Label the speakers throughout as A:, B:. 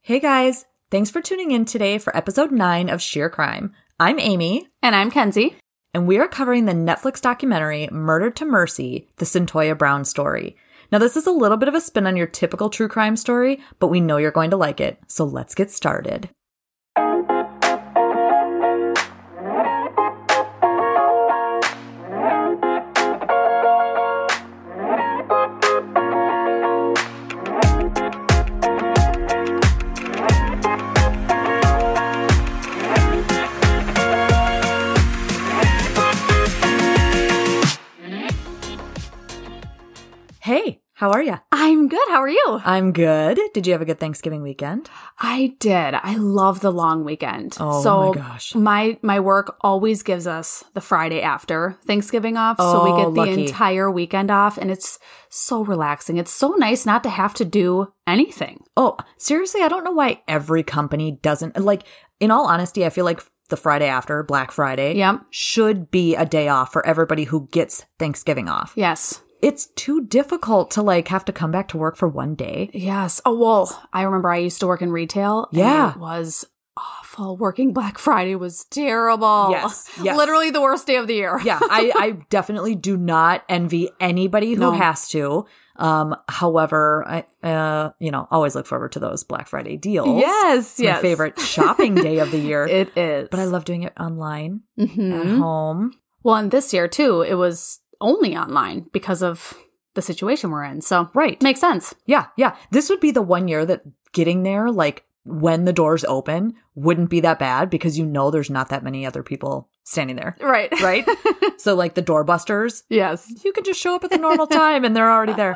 A: Hey guys, thanks for tuning in today for episode 9 of Sheer Crime. I'm Amy,
B: And I'm Kenzie.
A: and we are covering the Netflix documentary Murder to Mercy, the Centoya Brown story. Now, this is a little bit of a spin on your typical true crime story, but we know you're going to like it, so let's get started. Hey, how are ya?
B: I'm good. How are you?
A: I'm good. Did you have a good Thanksgiving weekend?
B: I did. I love the long weekend.
A: Oh
B: so
A: my gosh.
B: My my work always gives us the Friday after Thanksgiving off, so
A: Oh,
B: we get the
A: lucky.
B: entire weekend off and it's so relaxing. It's so nice not to have to do anything.
A: Oh, seriously, I don't know why every company doesn't like in all honesty, I feel like the Friday after Black Friday
B: Yep.
A: should be a day off for everybody who gets Thanksgiving off.
B: Yes.
A: It's too difficult to like have to come back to work for one day.
B: Yes. Oh, well, I remember I used to work in retail. and
A: Yeah.
B: it was awful. Working Black Friday was terrible.
A: Yes, yes.
B: Literally the worst day of the year.
A: Yeah, I, I definitely do not envy anybody who
B: No.
A: has to. Um, however, I uh, you know, always look forward to those Black Friday deals.
B: Yes.
A: It's my
B: Yes.
A: favorite shopping day of the year.
B: It is.
A: but I love Uh-huh. doing it online
B: Mhm.
A: at home.
B: Well, and this year too, it was only online because of the situation we're in. So
A: Right.
B: makes sense.
A: Yeah, yeah. This would be the one year that getting there, like when the doors open, wouldn't be that bad because you know there's not that many other people standing there.
B: Right.
A: Right? so, like the doorbusters,
B: yes.
A: you can just show up at the normal time and they're already there.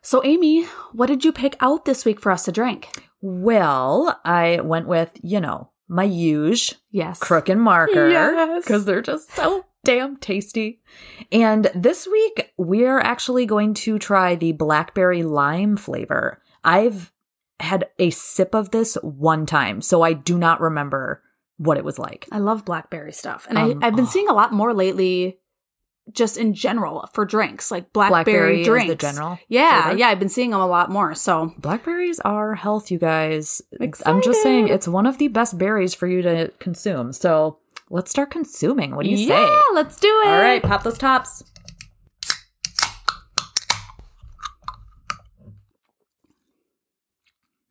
B: So Amy, what did you pick out this week for us to drink?
A: Well, I went with, you know, my huge
B: Yes.
A: crook and marker
B: Yes.
A: because they're just so damn tasty. And this week we're actually going to try the blackberry lime flavor. I've had a sip of this one time, so I do not remember what it was like.
B: I love blackberry stuff. And
A: Um,
B: I, I've been
A: oh.
B: seeing a lot more lately just in general for drinks, like
A: Blackberry
B: blackberry,
A: is
B: drinks.
A: the general
B: Yeah,
A: flavor?
B: yeah, I've been seeing them a lot more. So
A: Blackberries are health, you guys. I'm just saying
B: Excited.
A: it's one of the best berries for you to consume. So let's start consuming. What do you
B: yeah,
A: say?
B: let's do it.
A: All right, pop those tops.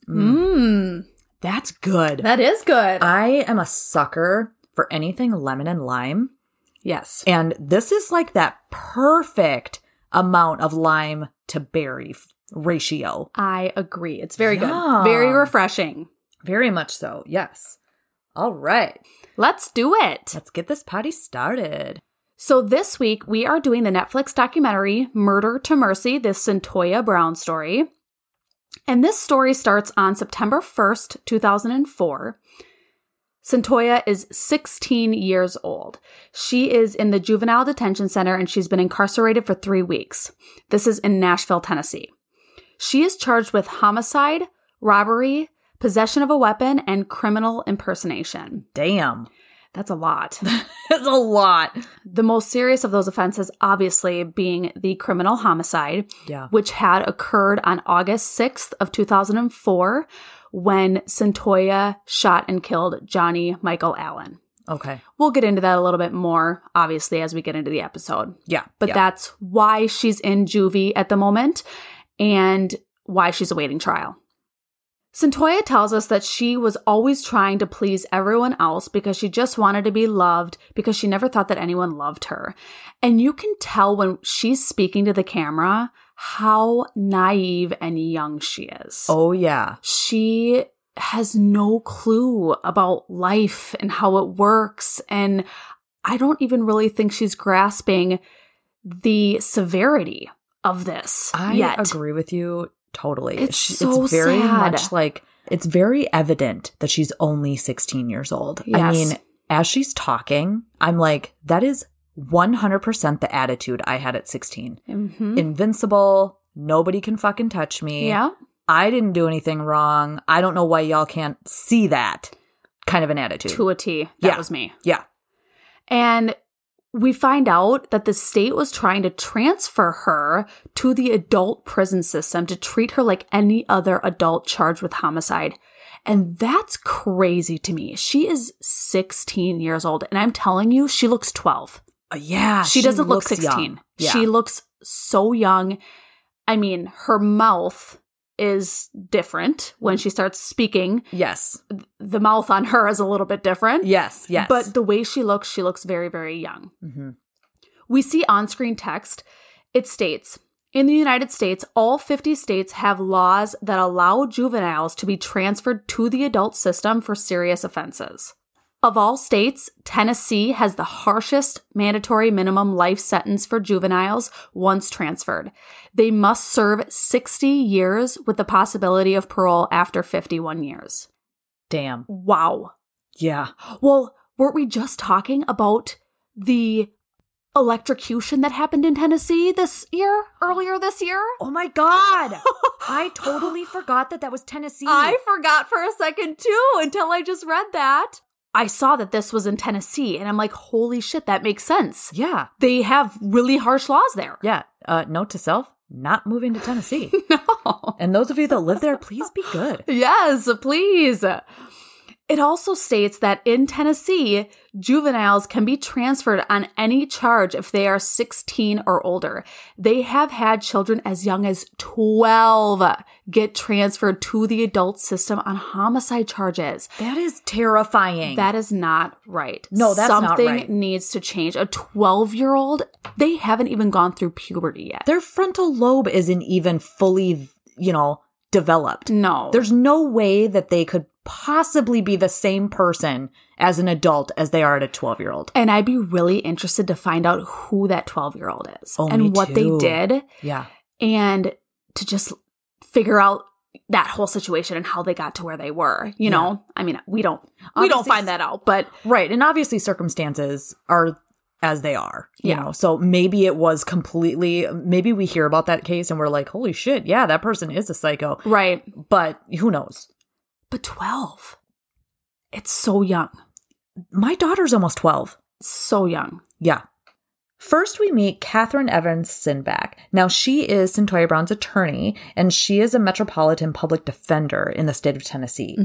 B: Mmm.
A: That's good.
B: That is good.
A: I am a sucker for anything lemon and lime.
B: yes.
A: And this is like that perfect amount of lime to berry f- ratio.
B: I agree. It's very
A: Yum.
B: good. Very refreshing.
A: Very much so, yes. All right,
B: Let's do it.
A: let's get this potty started.
B: So, this week we are doing the Netflix documentary Murder to Mercy, the Centoya Brown story. And this story starts on September 1st, 2004. Centoya is 16 years old. She is in the juvenile detention center and she's been incarcerated for three weeks. This is in Nashville, Tennessee. She is charged with homicide, robbery, possession of a weapon, and criminal impersonation.
A: Damn,
B: That's a lot.
A: that's a lot.
B: The most serious of those offenses, obviously, being the criminal homicide,
A: Yeah.
B: which had occurred on August 6th of 2004 when Centoya shot and killed Johnny Michael Allen.
A: Okay.
B: We'll get into that a little bit more, obviously, as we get into the episode.
A: Yeah.
B: But
A: yeah.
B: that's why she's in juvie at the moment and why she's awaiting trial. Centoya tells us that she was always trying to please everyone else because she just wanted to be loved because she never thought that anyone loved her. And you can tell when she's speaking to the camera how naive and young she is.
A: Oh, yeah.
B: She has no clue about life and how it works. And I don't even really think she's grasping the severity of this
A: I
B: yet.
A: agree with you totally.
B: It's
A: She-
B: so
A: it's very
B: sad.
A: much like it's very evident that she's only 16 years old. I
B: Yes.
A: mean, as she's talking, I'm like, that is 100% the attitude I had at 16.
B: Mhm.
A: Mm-hmm. Invincible. Nobody can fucking touch me.
B: Yeah.
A: I didn't do anything wrong. I don't know why y'all can't see that kind of an attitude.
B: To a T. That
A: Yeah.
B: was me.
A: yeah.
B: And we find out that the state was trying to transfer her to the adult prison system to treat her like any other adult charged with homicide. And that's crazy to me. She is 16 years old, and I'm telling you, she looks 12.
A: Uh, yeah.
B: She, doesn't look
A: looks young.
B: 16.
A: Yeah.
B: She looks so young. I mean, her mouth is different when she starts speaking.
A: yes.
B: The mouth on her is a little bit different.
A: Yes. Yes.
B: But the way she looks, she looks very, very young.
A: hmm
B: We see on screen text, it states In the United States, all 50 states have laws that allow juveniles to be transferred to the adult system for serious offenses. Of all states, Tennessee has the harshest mandatory minimum life sentence for juveniles once transferred. They must serve 60 years with the possibility of parole after 51 years.
A: damn.
B: Wow.
A: Yeah.
B: Well, weren't we just talking about the electrocution that happened in Tennessee this year, earlier this year?
A: Oh my god. I totally forgot that that was Tennessee.
B: I forgot for a second too until I just read that. I saw that this was in Tennessee and I'm like, holy shit, that makes sense.
A: yeah.
B: They have really harsh laws there.
A: Yeah. Uh, note to self: not moving to Tennessee.
B: No.
A: and those of you that live there, please be good.
B: Yes, please. It also states that in Tennessee, juveniles can be transferred on any charge if they are 16 or older. They have had children as young as 12 get transferred to the adult system on homicide charges.
A: That is terrifying.
B: That is not right.
A: No, that's not
B: Something
A: right.
B: needs to change. A 12 year old, they haven't even gone through puberty yet.
A: their frontal lobe isn't even fully, you know, developed.
B: No.
A: There's no way that they could possibly be the same person as an adult as they are at a 12 year old.
B: And I'd be really interested to find out who that 12 year old is
A: Oh, me
B: and what
A: too.
B: they did
A: Yeah.
B: and to just figure out that whole situation and how they got to where they were. You know, I mean, we don't we don't
A: Obviously-
B: find that out, but
A: Right. And obviously, circumstances are as they are, you
B: Yeah.
A: know? So maybe it was completely, maybe we hear about that case and we're like, holy shit, yeah, that person is a psycho.
B: right.
A: But who knows?
B: But 12. It's so young.
A: My daughter's almost 12.
B: So young.
A: Yeah. First, we meet Catherine Evans Sinback. Now, she is Centoya Brown's attorney, and she is a metropolitan public defender in the state of Tennessee.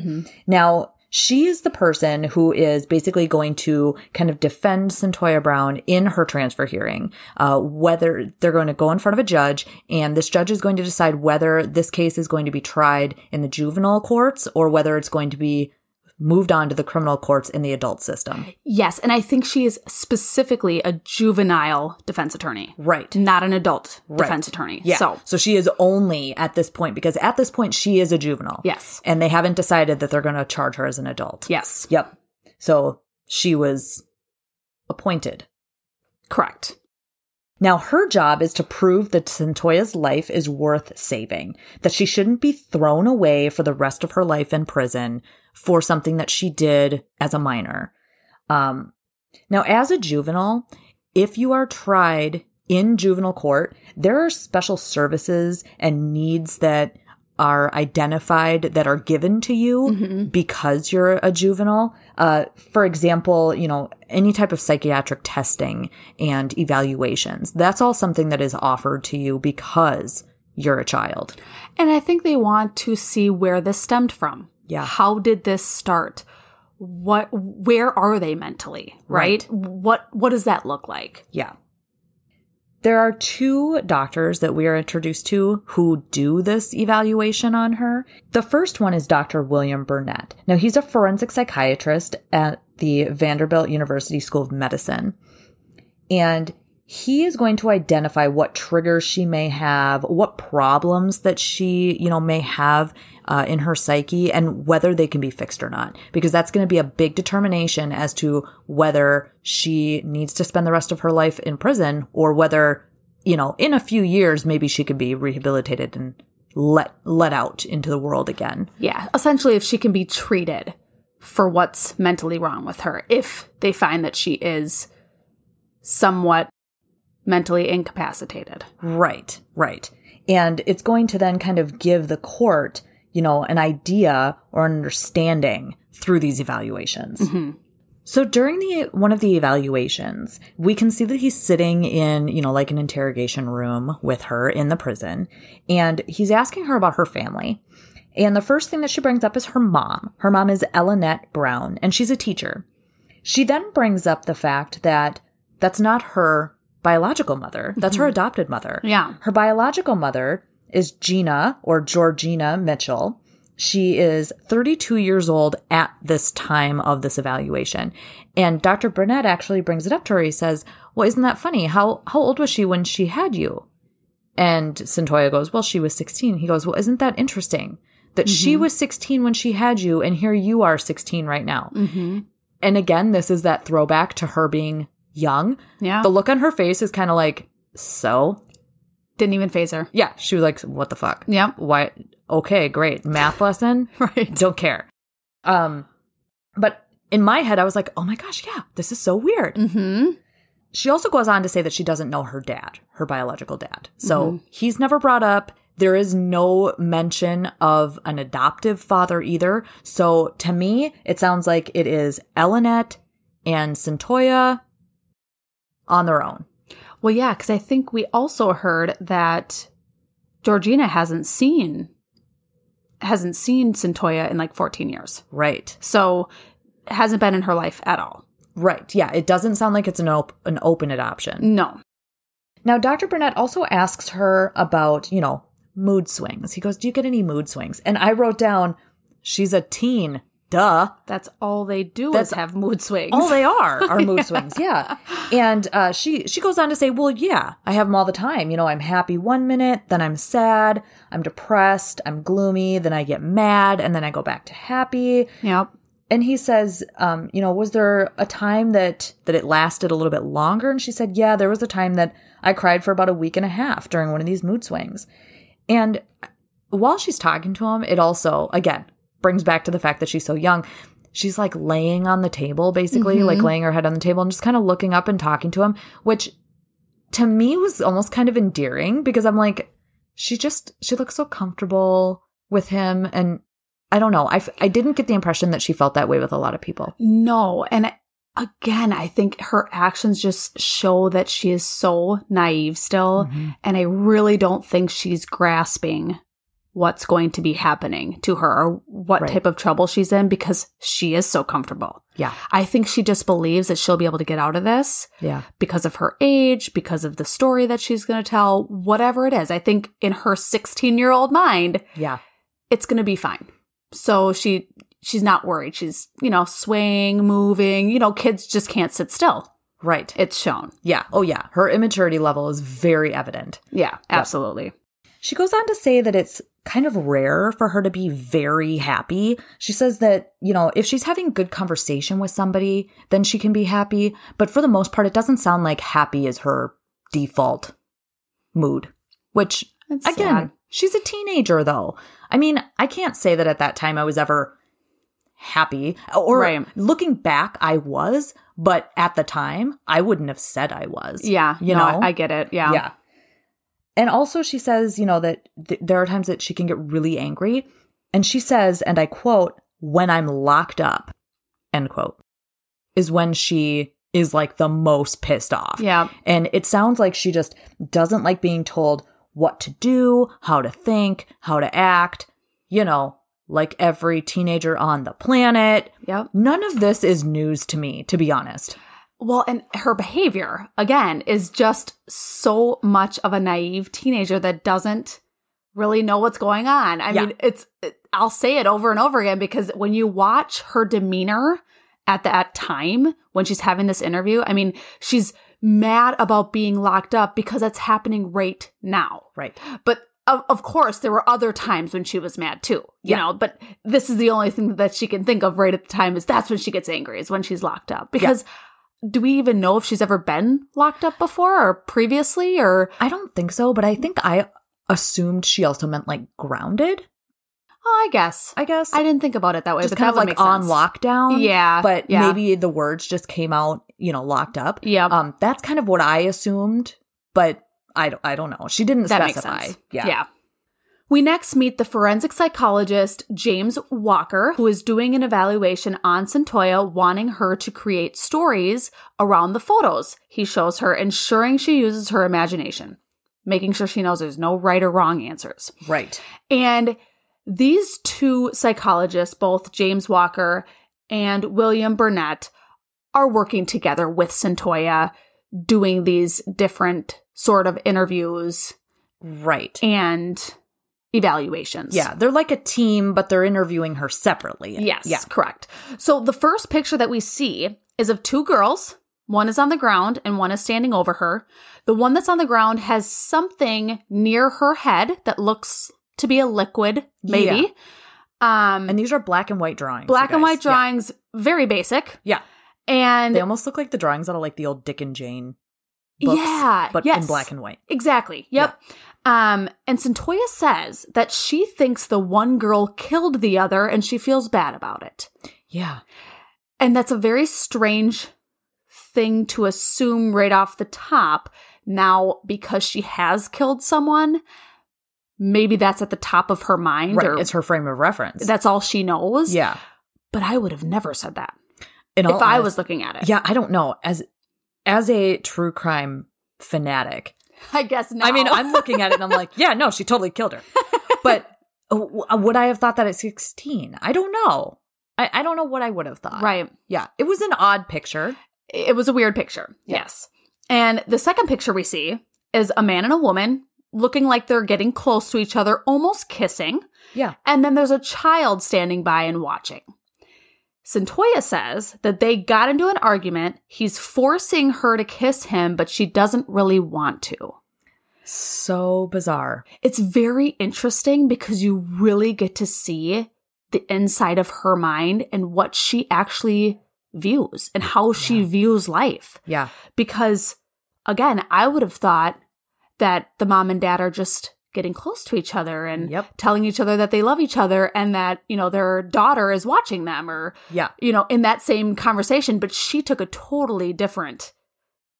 A: Now, she is the person who is basically going to kind of defend Centoya Brown in her transfer hearing, uh, whether they're going to go in front of a judge, and this judge is going to decide whether this case is going to be tried in the juvenile courts or whether it's going to be moved on to the criminal courts in the adult system.
B: Yes, and I think she is specifically a juvenile defense attorney,
A: Right.
B: not an adult
A: Right.
B: defense attorney.
A: Yeah.
B: So,
A: So, she is only at this point because at this point she is a juvenile.
B: Yes.
A: And they haven't decided that they're going to charge her as an adult.
B: yes.
A: Yep. So she was appointed.
B: Correct.
A: Now her job is to prove that Centoya's life is worth saving, that she shouldn't be thrown away for the rest of her life in prison for something that she did as a minor. Um, now, as a juvenile, if you are tried in juvenile court, there are special services and needs that are identified that are given to you because you're a juvenile. Uh, for example, you know, any type of psychiatric testing and evaluations. That's all something that is offered to you because you're a child.
B: And I think they want to see where this stemmed from.
A: Yeah.
B: How did this start? What where are they mentally, right? What what does that look like?
A: Yeah. There are two doctors that we are introduced to who do this evaluation on her. The first one is Dr. William Burnett. Now, he's a forensic psychiatrist at the Vanderbilt University School of Medicine. And he is going to identify what triggers she may have, what problems that she, you know, may have uh, in her psyche, and whether they can be fixed or not. Because that's going to be a big determination as to whether she needs to spend the rest of her life in prison or whether, you know, in a few years maybe she can be rehabilitated and let let out into the world again.
B: Yeah. Essentially if she can be treated for what's mentally wrong with her if they find that she is somewhat mentally incapacitated.
A: Right, right. And it's going to then kind of give the court, you know, an idea or an understanding through these evaluations. So during the one of the evaluations, we can see that he's sitting in, you know, like an interrogation room with her in the prison, and he's asking her about her family. And the first thing that she brings up is her mom. Her mom is Elinette Brown, and she's a teacher. She then brings up the fact that that's not her biological mother, that's her adopted mother.
B: Yeah.
A: Her biological mother is Gina or Georgina Mitchell. She is 32 years old at this time of this evaluation. And Dr. Burnett actually brings it up to her. He says, Well, isn't that funny? How, how old was she when she had you? And Centoya goes, Well, she was 16. He goes, Well, isn't that interesting that she was 16 when she had you, and here you are 16 right now?
B: Mm-hmm.
A: And again, this is that throwback to her being young.
B: Yeah.
A: The look on her face is kind of like, So?
B: Didn't even phase her.
A: Yeah. She was like, What the fuck?
B: Yep.
A: Why? Okay, great. Math lesson?
B: Right.
A: don't care. Um, but in my head, I was like, oh my gosh, yeah, this is so weird.
B: Mm-hmm.
A: She also goes on to say that she doesn't know her dad, her biological dad. So he's never brought up. There is no mention of an adoptive father either. So to me, it sounds like it is Elinette and Centoya on their own.
B: Well, yeah, because I think we also heard that Georgina hasn't seen hasn't seen Centoya in like 14 years.
A: Right.
B: So hasn't been in her life at all.
A: Right. Yeah. It doesn't sound like it's an, op- an open adoption.
B: No.
A: Now, Dr. Burnett also asks her about, you know, mood swings. He goes, Do you get any mood swings? And I wrote down, She's a teen. Duh.
B: That's all they do
A: That's
B: is have mood swings.
A: All they are are mood swings. Yeah. And uh, she, she goes on to say, Well, yeah, I have them all the time. You know, I'm happy one minute, then I'm sad, I'm depressed, I'm gloomy, then I get mad, and then I go back to happy.
B: yep.
A: And he says, um, you know, was there a time that that it lasted a little bit longer? And she said, yeah, there was a time that I cried for about a week and a half during one of these mood swings. And while she's talking to him, it also again brings back to the fact that she's so young. She's like laying on the table, basically, like laying her head on the table and just kind of looking up and talking to him, which to me was almost kind of endearing because I'm like, she just she looks so comfortable with him and I don't know. I, f- I didn't get the impression that she felt that way with a lot of people.
B: No. And I- again, I think her actions just show that she is so naive still. And I really don't think she's grasping what's going to be happening to her or what
A: Right.
B: type of trouble she's in because she is so comfortable.
A: Yeah.
B: I think she just believes that she'll be able to get out of this
A: Yeah.
B: because of her age, because of the story that she's going to tell, whatever it is. I think in her 16 year old mind,
A: Yeah.
B: it's going to be fine. So she she's not worried. She's, you know, swaying, moving, you know, kids just can't sit still.
A: Right.
B: It's shown.
A: Yeah. Oh, yeah. Her immaturity level is very evident.
B: Yeah, absolutely.
A: She goes on to say that it's kind of rare for her to be very happy. She says that, you know, if she's having good conversation with somebody, then she can be happy. But for the most part, it doesn't sound like happy is her default mood, which
B: That's
A: again,
B: sad.
A: she's a teenager though. I mean, I can't say that at that time I was ever happy or
B: Right.
A: looking back, I was, but at the time I wouldn't have said I was.
B: Yeah,
A: You
B: no,
A: know?
B: I, I get it. Yeah.
A: Yeah. And also, she says, you know, that th- there are times that she can get really angry. And she says, and I quote, when I'm locked up, end quote, is when she is like the most pissed off.
B: Yeah.
A: And it sounds like she just doesn't like being told what to do, how to think, how to act, you know, like every teenager on the planet.
B: Yep.
A: None of this is news to me, to be honest.
B: Well, and her behavior, again, is just so much of a naive teenager that doesn't really know what's going on. I
A: Yeah.
B: mean, it's, it, I'll say it over and over again because when you watch her demeanor at that time when she's having this interview, I mean, she's mad about being locked up because that's happening right now.
A: Right.
B: But of, of course, there were other times when she was mad too, you
A: Yeah.
B: know. But this is the only thing that she can think of right at the time is that's when she gets angry is when she's locked up because do we even know if she's ever been locked up before or previously or
A: I don't think so, but I think I assumed she also meant like grounded,
B: oh, I guess
A: I guess.
B: I didn't think about it that way.
A: just
B: but
A: kind
B: that
A: of
B: would
A: like
B: make
A: on
B: sense.
A: lockdown.
B: Yeah,
A: But
B: yeah.
A: maybe the words just came out, you know, locked up.
B: Yeah,
A: Um, that's kind of what I assumed, but I don't, I don't know. She didn't
B: that makes
A: specify.
B: sense. Yeah. yeah. We next meet the forensic psychologist James Walker, who is doing an evaluation on Santoya, wanting her to create stories around the photos he shows her, ensuring she uses her imagination, making sure she knows there's no right or wrong answers.
A: Right.
B: And these two psychologists, both James Walker and William Burnett, are working together with Santoya, doing these different sort of interviews
A: Right.
B: and evaluations.
A: yeah, they're like a team, but they're interviewing her separately.
B: Yes,
A: Yeah.
B: correct. So the first picture that we see is of two girls. One is on the ground and one is standing over her. The one that's on the ground has something near her head that looks to be a liquid, maybe. Um
A: And these are black and white drawings. you
B: black and
A: guys.
B: white drawings, very basic.
A: Yeah. Yeah.
B: And
A: They almost look like the drawings out of like the old Dick and Jane books,
B: Yeah,
A: but
B: yes.
A: in black and white.
B: Exactly. Yep. Um, and Centoya says that she thinks the one girl killed the other and she feels bad about it.
A: Yeah.
B: And that's a very strange thing to assume right off the top. Now, because she has killed someone, maybe that's at the top of her mind
A: Right.
B: or
A: It's her frame of reference.
B: that's all she knows.
A: yeah.
B: But I would have never said that
A: In
B: if
A: all
B: I
A: honest-
B: was looking at it.
A: Yeah, I don't know. As as a true crime fanatic,
B: I guess now.
A: I mean, I'm looking at it and I'm like, yeah, no, she totally killed her. But uh, w- would I have thought that at 16? I don't know. I, I don't know what I would have thought.
B: right.
A: Yeah. It was an odd picture.
B: It was a weird picture.
A: Yeah.
B: Yes. And the second picture we see is a man and a woman looking like they're getting close to each other, almost kissing.
A: Yeah.
B: And then there's a child standing by and watching. Centoya says that they got into an argument. He's forcing her to kiss him, but she doesn't really want to.
A: So bizarre.
B: It's very interesting because you really get to see the inside of her mind and what she actually views and how she
A: Yeah.
B: views life
A: Yeah.
B: because again i would have thought that the mom and dad are just getting close to each other and
A: Yep.
B: telling each other that they love each other and that you know their daughter is watching them or
A: Yeah.
B: you know in that same conversation but she took a totally different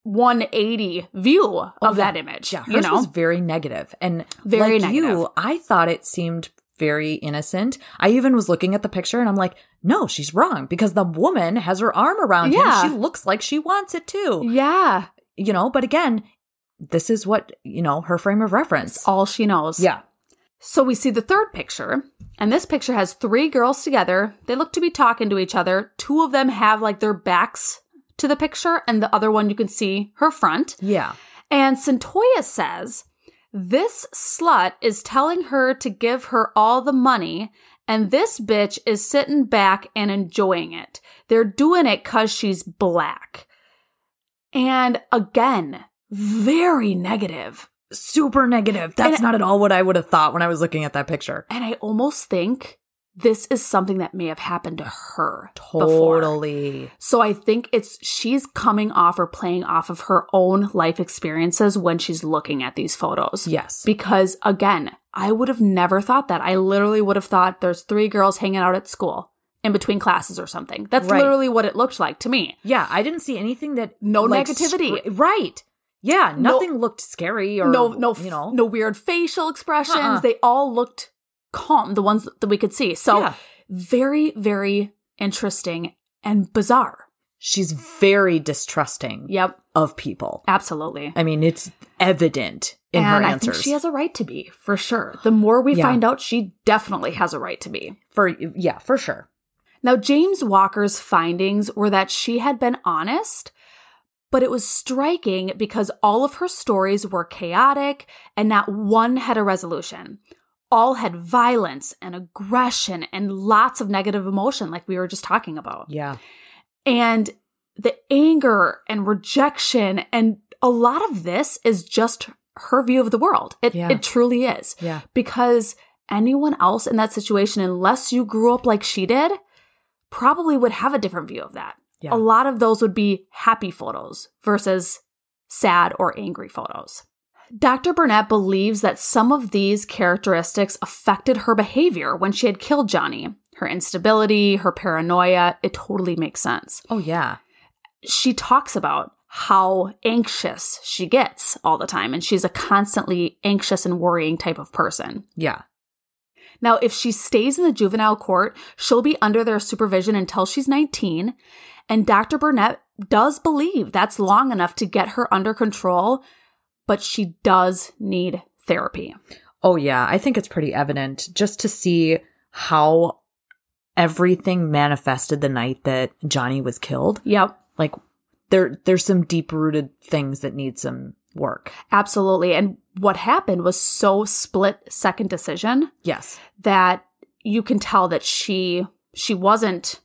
B: 180 view of
A: Oh,
B: that image
A: Yeah. Hers
B: you know
A: was very negative. And
B: Very
A: like
B: negative.
A: you, I thought it seemed very innocent. I even was looking at the picture and I'm like, no, she's wrong because the woman has her arm around
B: Yeah.
A: him. She looks like she wants it too.
B: yeah
A: you know but again this is what you know her frame of reference
B: all she knows
A: yeah
B: So we see the third picture, and this picture has three girls together. They look to be talking to each other. Two of them have like their backs to the picture, and the other one you can see her front.
A: yeah
B: And Centoya says, This slut is telling her to give her all the money, and this bitch is sitting back and enjoying it. They're doing it because she's black. And again, very negative.
A: super negative that's
B: And-
A: not at all what i would have thought when i was looking at that picture
B: And I almost think this is something that may have happened to her. Before.
A: totally
B: So I think it's she's coming off or playing off of her own life experiences when she's looking at these photos.
A: yes
B: Because again, I would have never thought that. I literally would have thought there's three girls hanging out at school in between classes or something. That's
A: Right.
B: literally what it looked like to me.
A: yeah i didn't see anything that
B: No
A: like,
B: negativity.
A: scr- right yeah
B: No-
A: nothing looked scary or
B: no, no,
A: you know
B: no weird facial expressions.
A: Uh-uh.
B: They all looked calm. The ones that we could see. So
A: Yeah.
B: very, very interesting and bizarre.
A: she's very distrusting
B: Yep,
A: of people
B: absolutely.
A: i mean it's evident in
B: and
A: her
B: I
A: answers
B: think she has a right to be, for sure. The more we
A: Yeah.
B: find out, she definitely has a right to be.
A: for yeah for sure
B: Now, James Walker's findings were that she had been honest, but it was striking because all of her stories were chaotic and not one had a resolution. All had violence and aggression and lots of negative emotion, like we were just talking about.
A: yeah
B: And the anger and rejection and a lot of this is just her view of the world. It,
A: Yeah.
B: it truly is.
A: yeah
B: Because anyone else in that situation, unless you grew up like she did, probably would have a different view of that.
A: Yeah.
B: A lot of those would be happy photos versus sad or angry photos. Dr. Burnett believes that some of these characteristics affected her behavior when she had killed Johnny. Her instability, her paranoia, it totally makes sense
A: oh yeah
B: she talks about how anxious she gets all the time and she's a constantly anxious and worrying type of person.
A: yeah
B: Now, if she stays in the juvenile court, she'll be under their supervision until she's 19. And Dr. Burnett does believe that's long enough to get her under control, but she does need therapy.
A: Oh, yeah. I think it's pretty evident just to see how everything manifested the night that Johnny was killed.
B: Yep.
A: Like, there, there's some deep rooted things that need some work.
B: Absolutely. And what happened was so split second decision
A: Yes.
B: that you can tell that she she wasn't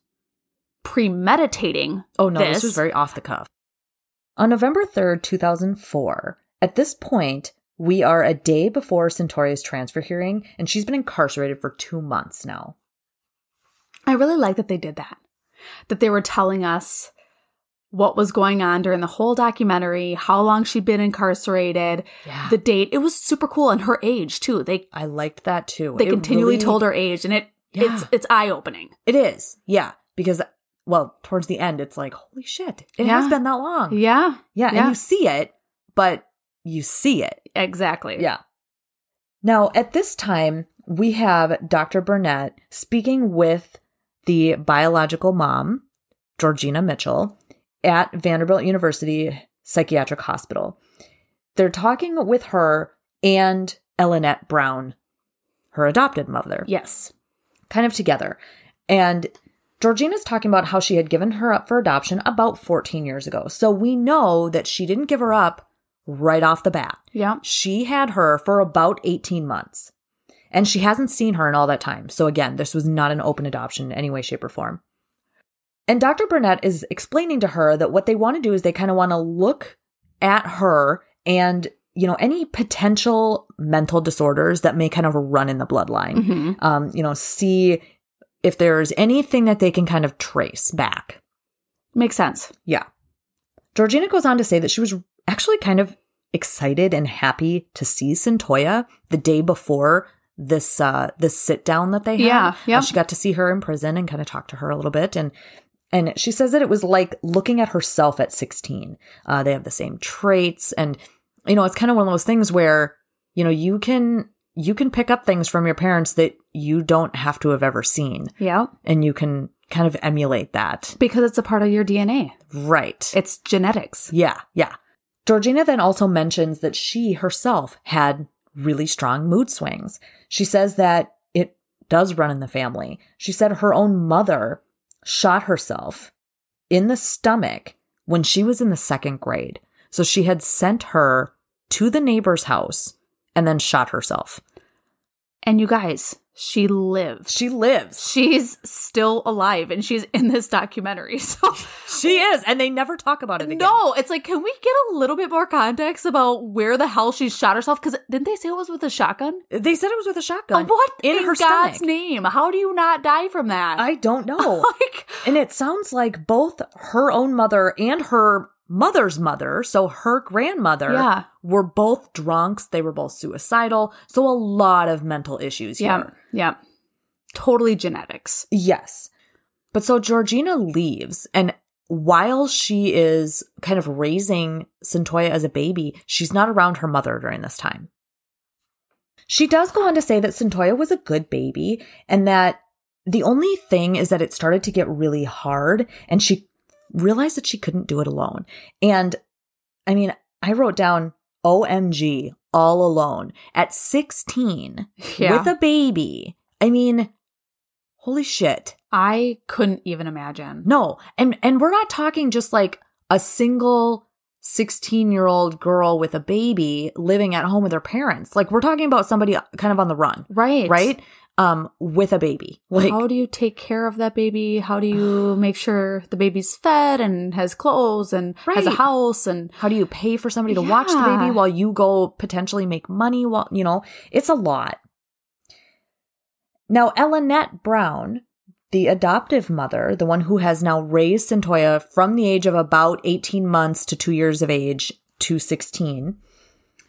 B: premeditating.
A: Oh no, this,
B: This-
A: was very off the cuff. On November 3rd, 2004, at this point, we are a day before Centauri's transfer hearing, and she's been incarcerated for two months now.
B: I really like that they did that. That they were telling us what was going on during the whole documentary, how long she'd been incarcerated,
A: Yeah.
B: the date. It was super cool and her age too. They
A: I liked that too.
B: they continually
A: told her.
B: told her age and it
A: Oh, Yeah.
B: it's it's eye opening.
A: It is, yeah. Because well, towards the end, it's like, holy shit, it
B: Yeah.
A: has been that long. Yeah,
B: Yeah,
A: and
B: Yeah.
A: you see it, but you see it.
B: exactly.
A: Yeah. Now at this time, we have Dr. Burnett speaking with the biological mom, Georgina Mitchell, at Vanderbilt University Psychiatric Hospital. They're talking with her and Ellenette Brown, her adopted mother
B: Yes.
A: kind of together. And Georgina's talking about how she had given her up for adoption about 14 years ago. So we know that she didn't give her up right off the bat.
B: Yeah.
A: She had her for about 18 months. And she hasn't seen her in all that time. So again, this was not an open adoption in any way, shape, or form. And Dr. Burnett is explaining to her that what they want to do is they kind of want to look at her and, you know, any potential mental disorders that may kind of run in the bloodline
B: hmm
A: um, you know, see if there's anything that they can kind of trace back.
B: Makes sense.
A: Yeah. Georgina goes on to say that she was actually kind of excited and happy to see Centoya the day before this uh this sit down that they had.
B: Yeah, yep.
A: Uh, She got to see her in prison and kind of talk to her a little bit and and she says that it was like looking at herself at 16. Uh they have the same traits and you know, it's kind of one of those things where you know, you can you can pick up things from your parents that you don't have to have ever seen
B: Yeah.
A: and you can kind of emulate that.
B: Because it's a part of your DNA.
A: Right.
B: It's genetics.
A: Yeah, yeah. Georgina then also mentions that she herself had really strong mood swings. She says that it does run in the family. She said her own mother shot herself in the stomach when she was in the second grade. So she had sent her to the neighbor's house and then shot herself.
B: And you guys, she lived.
A: She lives.
B: She's still alive and she's in this documentary. So
A: She is. And they never talk about it again.
B: no, it's like can we get a little bit more context about where the hell she shot herself cuz didn't they say it was with a shotgun?
A: They said it was with a shotgun.
B: Uh, What
A: In
B: in,
A: her
B: God's
A: stomach.
B: name? How do you not die from that?
A: I don't know.
B: like
A: And it sounds like both her own mother and her mother's mother, so her grandmother,
B: Yeah.
A: were both drunks. They were both suicidal. So a lot of mental issues
B: Yeah.
A: here.
B: Yeah. Totally genetics.
A: Yes. But so Georgina leaves and while she is kind of raising Centoya as a baby, she's not around her mother during this time. She does go on to say that Centoya was a good baby and that the only thing is that it started to get really hard and she realized that she couldn't do it alone. And I mean, I wrote down OMG all alone at 16
B: Yeah.
A: with a baby. I mean, holy shit.
B: I couldn't even imagine.
A: No. And and we're not talking just like a single 16-year-old girl with a baby living at home with her parents. Like we're talking about somebody kind of on the run,
B: Right.
A: right? Um with a baby. Like
B: how do you take care of that baby? How do you make sure the baby's fed and has clothes and has a
A: Right.
B: house and
A: how do you pay for somebody to watch the baby
B: Yeah.
A: while you go potentially make money while you know it's a lot now ellenette brown the adoptive mother the one who has now raised centoya from the age of about 18 months to two years of age to 16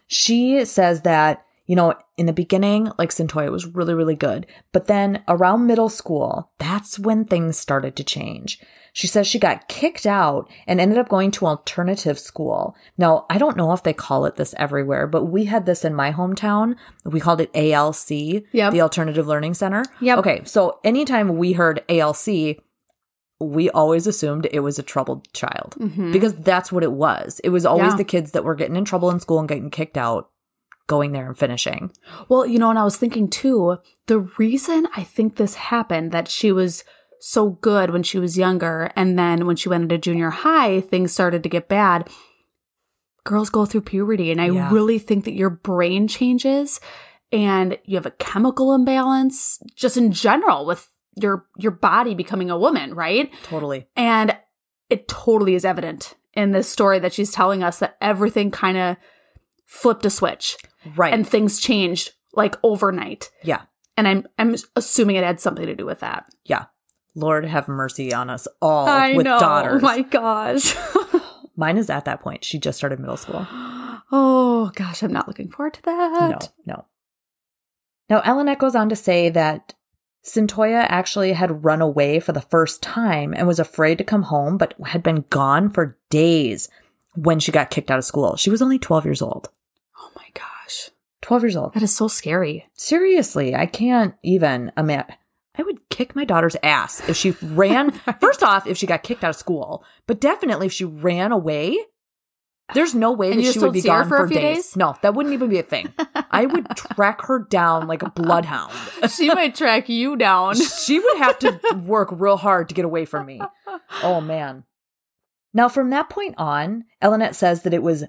A: she says that you know, in the beginning, like Centoya was really, really good. But then around middle school, that's when things started to change. She says she got kicked out and ended up going to alternative school. Now, I don't know if they call it this everywhere, but we had this in my hometown. We called it ALC,
B: Yep.
A: the Alternative Learning Center.
B: Yep.
A: Okay. So anytime we heard ALC, we always assumed it was a troubled child
B: Mhm.
A: because that's what it was. It was always
B: Yeah.
A: the kids that were getting in trouble in school and getting kicked out, going there and finishing.
B: Well, you know, and I was thinking too, the reason I think this happened that she was so good when she was younger, and then when she went into junior high, things started to get bad. Girls go through puberty, and I
A: Yeah.
B: really think that your brain changes and you have a chemical imbalance just in general with your your body becoming a woman, right?
A: Totally.
B: And it totally is evident in this story that she's telling us that everything kind of flipped a switch
A: Right.
B: and things changed like overnight.
A: yeah.
B: And I'm I'm assuming it had something to do with that.
A: Yeah. Lord have mercy on us all Oh, with daughters.
B: My gosh.
A: Mine is at that point. She just started middle school.
B: oh gosh, I'm not looking forward to
A: No,
B: that.
A: no. Now, Elinette goes on to say that Centoya actually had run away for the first time and was afraid to come home, but had been gone for days when she got kicked out of school. She was only 12 years old.
B: Oh my gosh.
A: 12 years old.
B: That is so scary.
A: Seriously, I can't even imagine. I would kick my daughter's ass if she ran. First off, if she got kicked out of school, but definitely if she ran away, there's no way
B: And
A: that
B: you
A: she
B: just
A: would
B: don't
A: be
B: see her
A: gone
B: for a
A: for,
B: few
A: days.
B: days?
A: No, that wouldn't even be a thing. I would track her down like a bloodhound.
B: she might track you down.
A: She would have to work real hard to get away from me. Oh, man. Now, from that point on, Elinette says that it was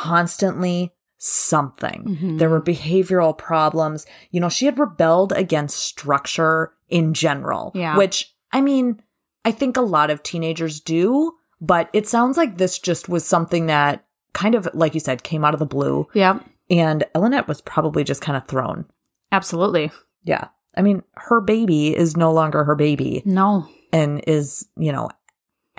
A: constantly something.
B: Mhm.
A: There were behavioral problems. You know, she had rebelled against structure in general.
B: Yeah.
A: Which, I mean, I think a lot of teenagers do, but it sounds like this just was something that kind of, like you said, came out of the blue.
B: Yeah,
A: And Elinette was probably just kind of thrown.
B: absolutely.
A: Yeah. I mean, her baby is no longer her baby
B: No.
A: and is, you know,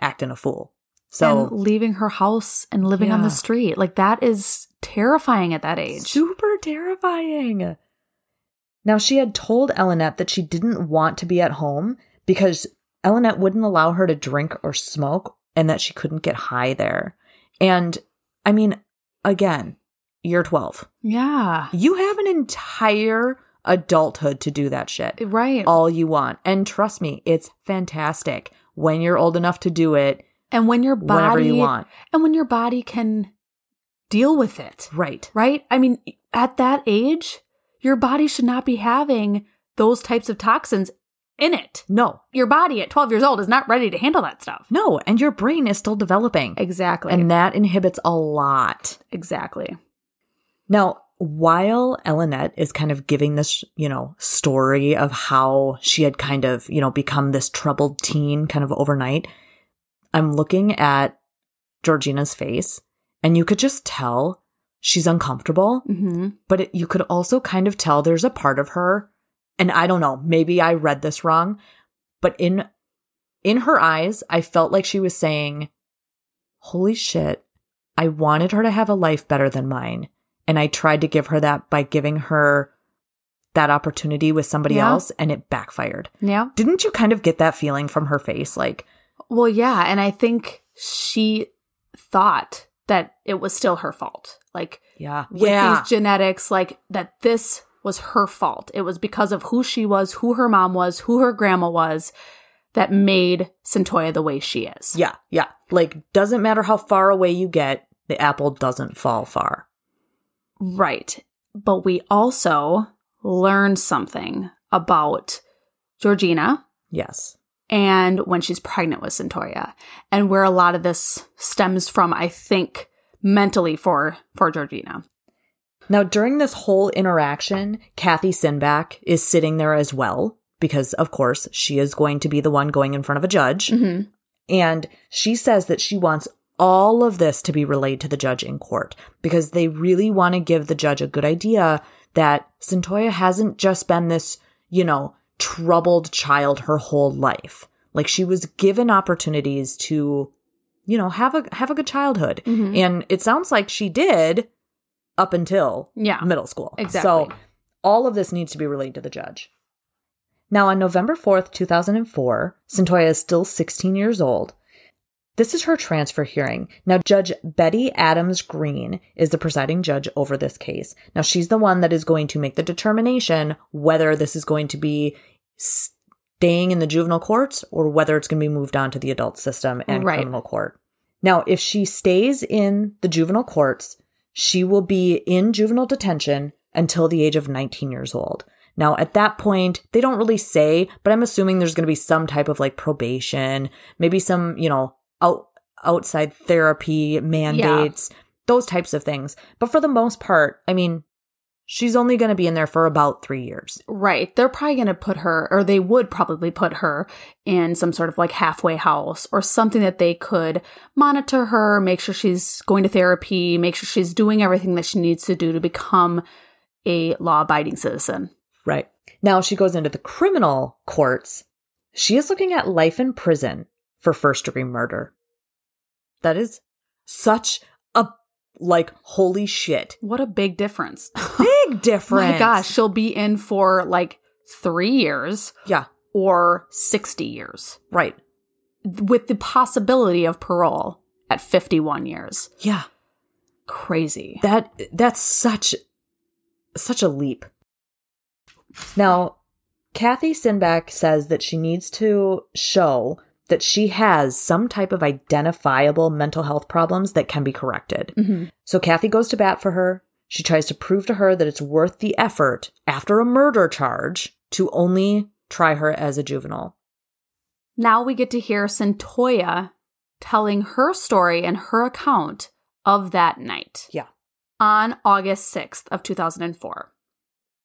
A: acting a fool. So
B: and leaving her house and living on
A: Yeah.
B: the street. Like that is terrifying at that age.
A: Super terrifying. Now, she had told Elinette that she didn't want to be at home because Elinette wouldn't allow her to drink or smoke and that she couldn't get high there. And I mean, again, you're 12.
B: Yeah.
A: You have an entire adulthood to do that shit
B: Right.
A: all you want. And trust me, it's fantastic when you're old enough to do it
B: and when your
A: whenever
B: body
A: you want.
B: and when your body can deal with it.
A: Right.
B: right? I mean, at that age, your body should not be having those types of toxins in it.
A: No,
B: Your body at 12 years old is not ready to handle that stuff.
A: no. And your brain is still developing.
B: Exactly.
A: And that inhibits a lot.
B: exactly.
A: Now, while Elinette is kind of giving this, you know, story of how she had kind of, you know, become this troubled teen kind of overnight, I'm looking at Georgina's face and you could just tell she's uncomfortable,
B: hmm
A: but it, you could also kind of tell there's a part of her and I don't know, maybe I read this wrong, but in in her eyes, I felt like she was saying, "Holy shit, I wanted her to have a life better than mine, and I tried to give her that by giving her that opportunity with somebody
B: Yeah.
A: else and it backfired."
B: Yeah.
A: Didn't you kind of get that feeling from her face like,
B: Well, yeah. And I think she thought that it was still her fault. Like,
A: yeah,
B: with
A: yeah,
B: these genetics, like, that this was her fault. It was because of who she was, who her mom was, who her grandma was, that made Centoya the way she is.
A: yeah, yeah. Like doesn't matter how far away you get, the apple doesn't fall far.
B: Right. But we also learned something about Georgina
A: Yes.
B: and when she's pregnant with Centoria and where a lot of this stems from, I think, mentally for for Georgina.
A: Now, during this whole interaction, Kathy Sinback is sitting there as well, because of course she is going to be the one going in front of a judge.
B: Mm-hmm.
A: And she says that she wants all of this to be relayed to the judge in court because they really want to give the judge a good idea that Centoya hasn't just been this, you know, troubled child her whole life. Like she was given opportunities to, you know, have a have a good childhood.
B: Mhm.
A: And it sounds like she did, up until
B: Yeah.
A: middle school. So
B: Exactly.
A: all of this needs to be relayed to the judge. Now, on November 4th, 2004, Santoya is still 16 years old. This is her transfer hearing. Now, Judge Betty Adams Green is the presiding judge over this case. Now, she's the one that is going to make the determination whether this is going to be staying in the juvenile courts or whether it's going to be moved on to the adult system and
B: Right.
A: criminal court. Now, if she stays in the juvenile courts, she will be in juvenile detention until the age of 19 years old. Now, at that point, they don't really say, but I'm assuming there's going to be some type of like probation, maybe some, you know, out, outside therapy mandates, those types of things. But for the most part, I mean, she's only going to be in there for about three years.
B: Right. They're probably going to put her, or they would probably put her in some sort of like halfway house or something that they could monitor her, make sure she's going to therapy, make sure she's doing everything that she needs to do to become a law abiding citizen.
A: Right. Now she goes into the criminal courts. She is looking at life in prison for first degree murder. That is such a like holy shit.
B: What a big difference.
A: Big difference.
B: Oh My gosh, she'll be in for like three years
A: Yeah,
B: or 60 years
A: right.
B: with the possibility of parole at 51 years.
A: Yeah.
B: Crazy.
A: That that's such such a leap. Now, Kathy Sinback says that she needs to show that she has some type of identifiable mental health problems that can be corrected.
B: Mhm.
A: So Kathy goes to bat for her. She tries to prove to her that it's worth the effort after a murder charge to only try her as a juvenile.
B: Now we get to hear Santoya telling her story and her account of that night
A: Yeah.
B: on August 6th of 2004.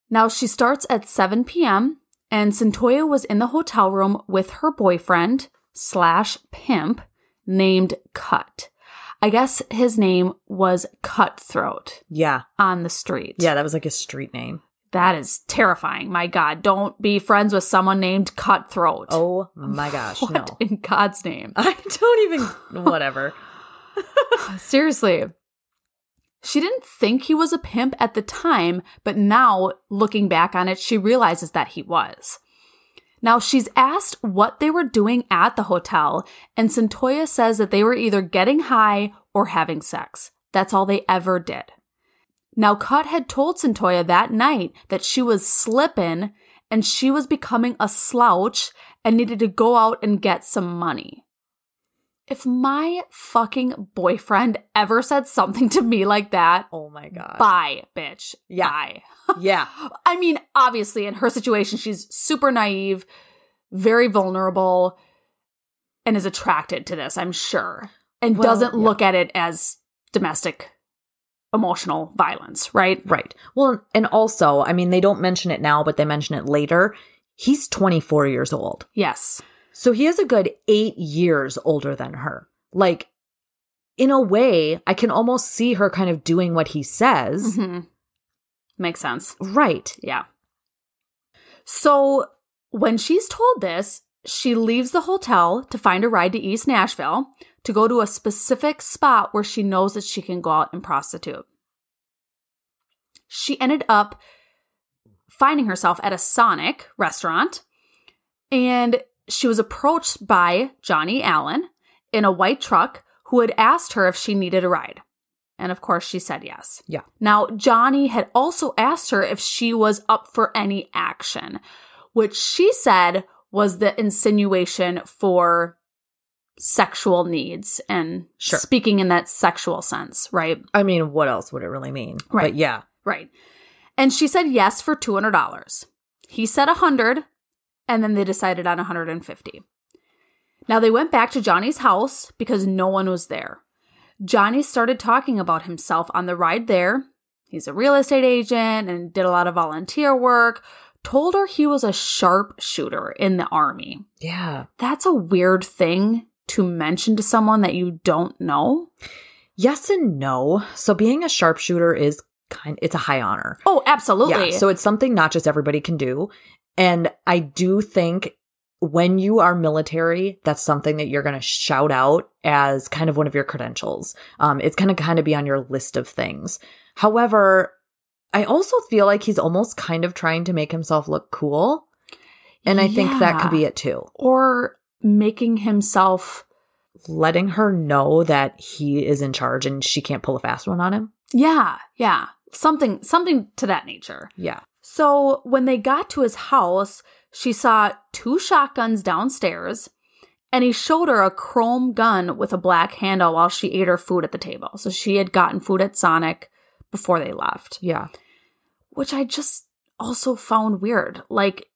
B: Now she starts at 7 p.m. and Santoya was in the hotel room with her boyfriend slash pimp named Cut. I guess his name was Cutthroat
A: Yeah.
B: on the street.
A: Yeah, that was like his street name.
B: That is terrifying. My God, don't be friends with someone named Cutthroat.
A: Oh my gosh.
B: what
A: No.
B: in God's name?
A: I don't even whatever.
B: Seriously. She didn't think he was a pimp at the time, but now, looking back on it, she realizes that he was. Now, she's asked what they were doing at the hotel, and Santoya says that they were either getting high or having sex. That's all they ever did. Now, Cut had told Santoya that night that she was slipping and she was becoming a slouch and needed to go out and get some money. If my fucking boyfriend ever said something to me like that,
A: Oh my gosh.
B: bye, bitch.
A: Yeah.
B: Bye.
A: Yeah.
B: I mean, obviously, in her situation, she's super naive, very vulnerable, and is attracted to this, I'm sure, and
A: Well,
B: doesn't
A: yeah.
B: look at it as domestic emotional violence, right?
A: Right. Well, and also, I mean, they don't mention it now, but they mention it later. He's 24 years old.
B: Yes.
A: So he is a good eight years older than her. Like, in a way, I can almost see her kind of doing what he says.
B: Mhm. Makes sense.
A: Right.
B: Yeah. So when she's told this, she leaves the hotel to find a ride to East Nashville to go to a specific spot where she knows that she can go out and prostitute. She ended up finding herself at a Sonic restaurant and she was approached by Johnny Allen in a white truck who had asked her if she needed a ride. And of course, she said yes.
A: Yeah.
B: Now, Johnny had also asked her if she was up for any action, which she said was the insinuation for sexual needs and
A: Sure.
B: speaking in that sexual sense, right?
A: I mean, what else would it really mean?
B: Right.
A: But yeah.
B: Right. And she said yes for $200. He said 100 and then they decided on 150. Now they went back to Johnny's house because no one was there. Johnny started talking about himself on the ride there. He's a real estate agent and did a lot of volunteer work. Told her he was a sharpshooter in the army.
A: Yeah.
B: That's a weird thing to mention to someone that you don't know.
A: Yes and no. So being a sharpshooter is kind it's a high honor.
B: Oh, absolutely.
A: Yeah. So it's something not just everybody can do. And I do think when you are military, that's something that you're going to shout out as kind of one of your credentials. Um, it's going to kind of be on your list of things. However, I also feel like he's almost kind of trying to make himself look cool. And I think that could be it too.
B: Or making himself.
A: Letting her know that he is in charge and she can't pull a fast one on him.
B: Yeah, yeah. Something something to that nature.
A: Yeah.
B: So when they got to his house, she saw two shotguns downstairs, and he showed her a chrome gun with a black handle while she ate her food at the table. So she had gotten food at Sonic before they left,
A: Yeah.
B: which I just also found weird. Like,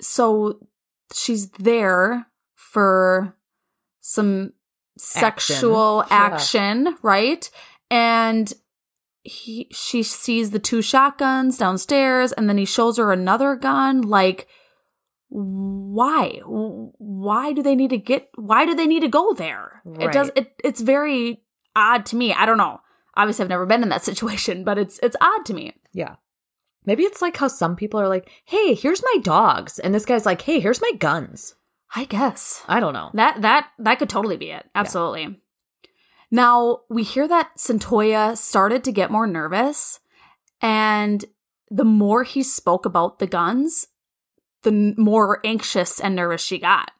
B: so she's there for some sexual
A: Yeah.
B: action, right? And he she sees the two shotguns downstairs and then he shows her another gun like why why do they need to get why do they need to go there it does it it's very odd to me i don't know obviously i've never been in that situation but it's it's odd to me
A: Yeah. Maybe it's like how some people are like, hey, here's my dogs. And this guy's like, hey, here's my guns.
B: i guess
A: I don't know.
B: That that that could totally be it. Absolutely. Now we hear that Centoya started to get more nervous, and the more he spoke about the guns, the n- more anxious and nervous she got.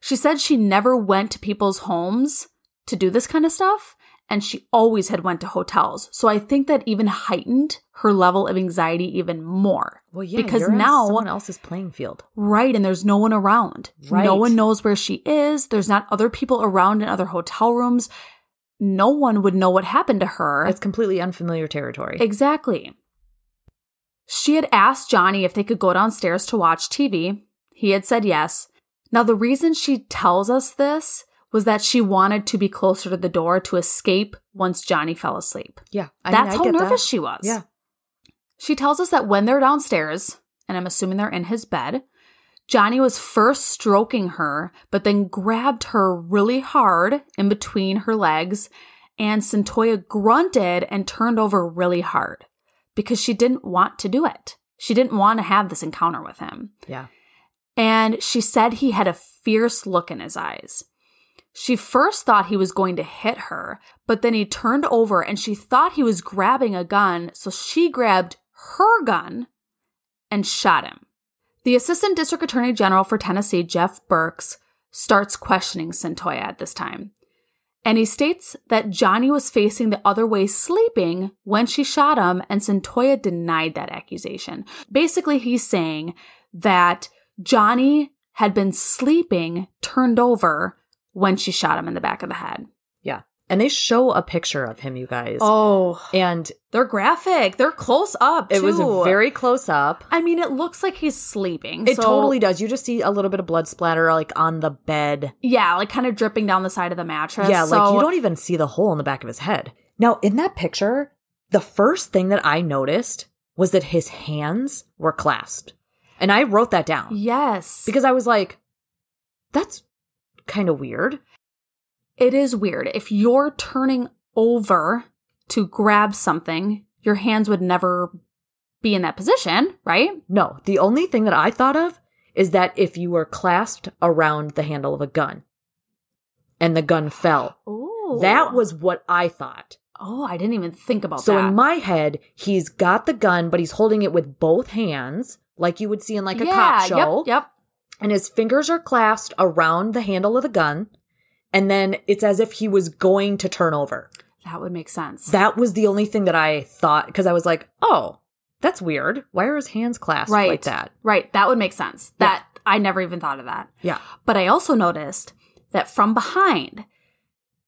B: She said she never went to people's homes to do this kind of stuff, and she always had went to hotels. So I think that even heightened her level of anxiety even more.
A: Well, yeah,
B: Because
A: you're on
B: now-
A: someone else's playing field.
B: Right, and there's no one around.
A: Right.
B: No one knows where she is. There's not other people around in other hotel rooms. No one would know what happened to her.
A: It's completely unfamiliar territory.
B: exactly. She had asked Johnny if they could go downstairs to watch TV. He had said yes. Now, the reason she tells us this was that she wanted to be closer to the door to escape once Johnny fell asleep.
A: yeah, I mean,
B: That's
A: I
B: how
A: get that.
B: nervous she was.
A: Yeah,
B: She tells us that when they're downstairs, and I'm assuming they're in his bed, Johnny was first stroking her, but then grabbed her really hard in between her legs, and Centoya grunted and turned over really hard because she didn't want to do it. She didn't want to have this encounter with him.
A: yeah,
B: And she said he had a fierce look in his eyes. She first thought he was going to hit her, but then he turned over and she thought he was grabbing a gun, so she grabbed her gun and shot him. The assistant district attorney general for Tennessee, Jeff Burks, starts questioning Centoya at this time. And he states that Johnny was facing the other way sleeping when she shot him, and Centoya denied that accusation. Basically, he's saying that Johnny had been sleeping, turned over, when she shot him in the back of the head.
A: yeah. And they show a picture of him, you guys.
B: Oh,
A: And
B: they're graphic. They're close up.
A: it was
B: too.
A: very close up.
B: I mean, it looks like he's sleeping.
A: It
B: so-
A: totally does. You just see a little bit of blood splatter, like on the bed.
B: Yeah, like kind of dripping down the side of the mattress.
A: Yeah, like
B: so-
A: you don't even see the hole in the back of his head. Now, in that picture, the first thing that I noticed was that his hands were clasped. And I wrote that down
B: Yes,
A: because I was like, that's kind of weird.
B: it is weird. If you're turning over to grab something, your hands would never be in that position, right?
A: No, the only thing that I thought of is that if you were clasped around the handle of a gun and the gun fell,
B: Oh,
A: that was what I thought.
B: Oh, I didn't even think about
A: So
B: that.
A: in my head, he's got the gun, but he's holding it with both hands, like you would see in like a
B: Yeah,
A: cop
B: yep,
A: show.
B: Yep.
A: And his fingers are clasped around the handle of the gun. And then it's as if he was going to turn over.
B: That would make sense.
A: That was the only thing that I thought because I was like, oh, that's weird. Why are his hands clasped like that?
B: Right. That would make sense.
A: Yeah.
B: That I never even thought of that.
A: Yeah.
B: But I also noticed that from behind,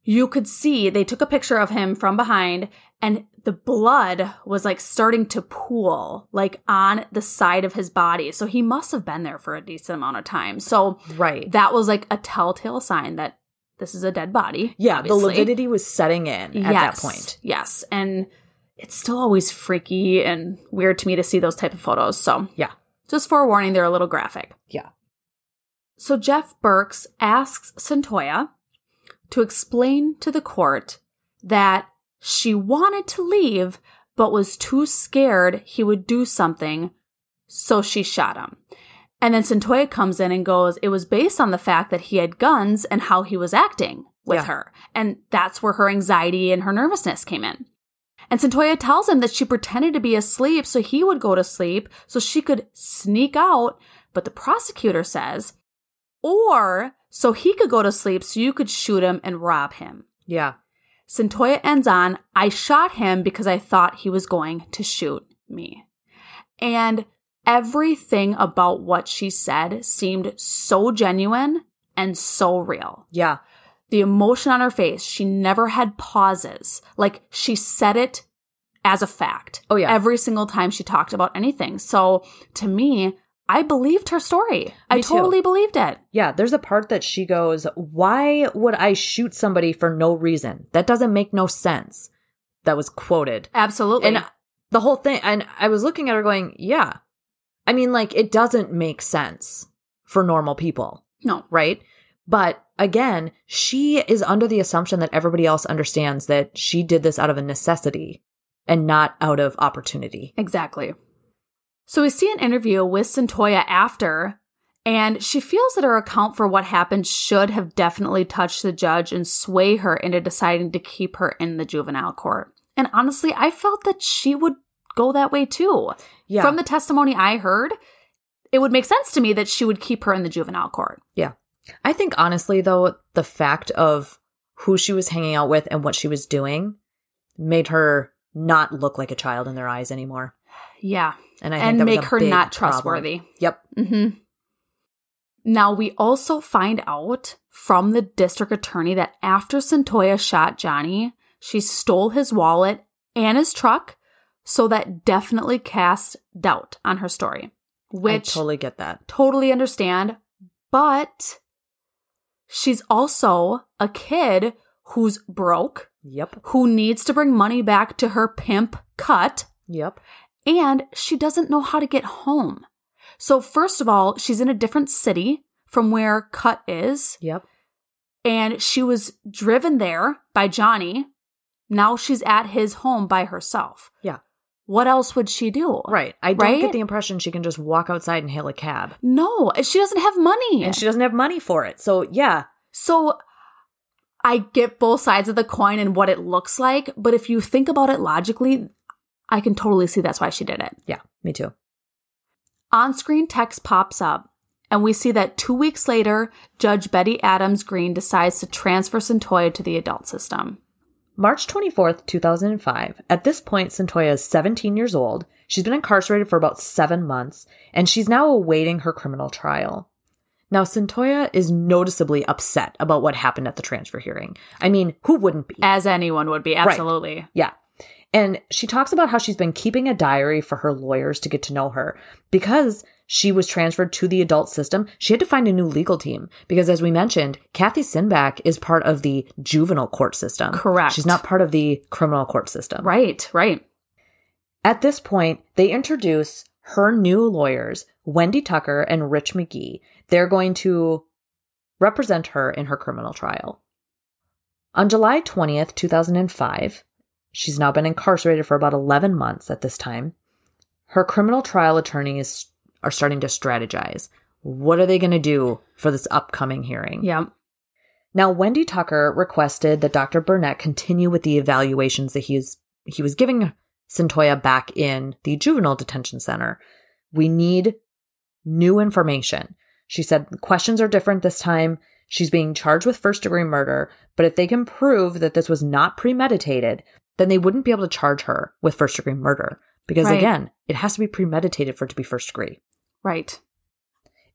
B: you could see they took a picture of him from behind and the blood was like starting to pool like on the side of his body. So he must have been there for a decent amount of time. So
A: Right.
B: that was like a telltale sign that this is a dead body.
A: Yeah, the
B: obviously.
A: lividity was setting in at that point.
B: Yes. And it's still always freaky and weird to me to see those type of photos. So
A: Yeah.
B: just forewarning, they're a little graphic.
A: Yeah.
B: So Jeff Burks asks Centoya to explain to the court that she wanted to leave, but was too scared he would do something, so she shot him. And then Centoya comes in and goes, It was based on the fact that he had guns and how he was acting with
A: Yeah.
B: her. And that's where her anxiety and her nervousness came in. And Centoya tells him that she pretended to be asleep so he would go to sleep so she could sneak out. But the prosecutor says, or so he could go to sleep so you could shoot him and rob him.
A: Yeah.
B: Centoya ends on, I shot him because I thought he was going to shoot me. And everything about what she said seemed so genuine and so real.
A: Yeah.
B: The emotion on her face, she never had pauses. Like she said it as a fact.
A: Oh, yeah.
B: Every single time she talked about anything. So to me, I believed her story. I
A: Me too.
B: totally believed it.
A: Yeah, there's a part that she goes, Why would I shoot somebody for no reason? That doesn't make no sense. That was quoted.
B: Absolutely.
A: And the whole thing, and I was looking at her going, Yeah. I mean, like, it doesn't make sense for normal people,
B: no.
A: right? But again, she is under the assumption that everybody else understands that she did this out of a necessity and not out of opportunity.
B: Exactly. So we see an interview with Centoya after, and she feels that her account for what happened should have definitely touched the judge and sway her into deciding to keep her in the juvenile court. And honestly, I felt that she would go that way too.
A: Yeah.
B: From the testimony I heard, it would make sense to me that she would keep her in the juvenile court.
A: I think honestly though, the fact of who she was hanging out with and what she was doing made her not look like a child in their eyes anymore.
B: Yeah.
A: And I think
B: And
A: that was
B: make
A: a
B: her
A: big
B: not
A: problem.
B: trustworthy.
A: Yep.
B: hmm Now, we also find out from the district attorney that after Centoya shot Johnny, she stole his wallet and his truck, so that definitely cast doubt on her story, which
A: I totally get that.
B: totally understand, but she's also a kid who's broke,
A: Yep.
B: who needs to bring money back to her pimp cut,
A: Yep.
B: and she doesn't know how to get home. So, first of all, she's in a different city from where Cut is,
A: Yep.
B: and she was driven there by Johnny. Now she's at his home by herself.
A: Yeah.
B: What else would she do?
A: Right. I don't
B: Right?
A: get the impression she can just walk outside and hail a cab.
B: No, she doesn't have money.
A: And she doesn't have money for it. So yeah.
B: so, I get both sides of the coin and what it looks like, but if you think about it logically, I can totally see that's why she did it.
A: Yeah. Me too.
B: On screen text pops up, and we see that two weeks later, Judge Betty Adams Green decides to transfer Centoya to the adult system.
A: March 24th, 2005. At this point, Santoya is 17 years old. She's been incarcerated for about seven months, and she's now awaiting her criminal trial. Now, Santoya is noticeably upset about what happened at the transfer hearing. I mean, who wouldn't be?
B: As anyone would be, absolutely.
A: Yeah. And she talks about how she's been keeping a diary for her lawyers to get to know her. Because she was transferred to the adult system, she had to find a new legal team. Because as we mentioned, Kathy Sinback is part of the juvenile court system.
B: Correct.
A: She's not part of the criminal court system.
B: Right, right.
A: At this point, they introduce her new lawyers, Wendy Tucker and Rich McGee. They're going to represent her in her criminal trial. On July 20th, 2005, she's now been incarcerated for about 11 months at this time. Her criminal trial attorneys are starting to strategize. What are they going to do for this upcoming hearing?
B: Yeah.
A: Now, Wendy Tucker requested that Dr. Burnett continue with the evaluations that he was, he was giving Centoya back in the juvenile detention center. We need new information. She said questions are different this time. She's being charged with first degree murder, but if they can prove that this was not premeditated, then they wouldn't be able to charge her with first degree murder. Because
B: Right.
A: again, it has to be premeditated for it to be first degree.
B: Right.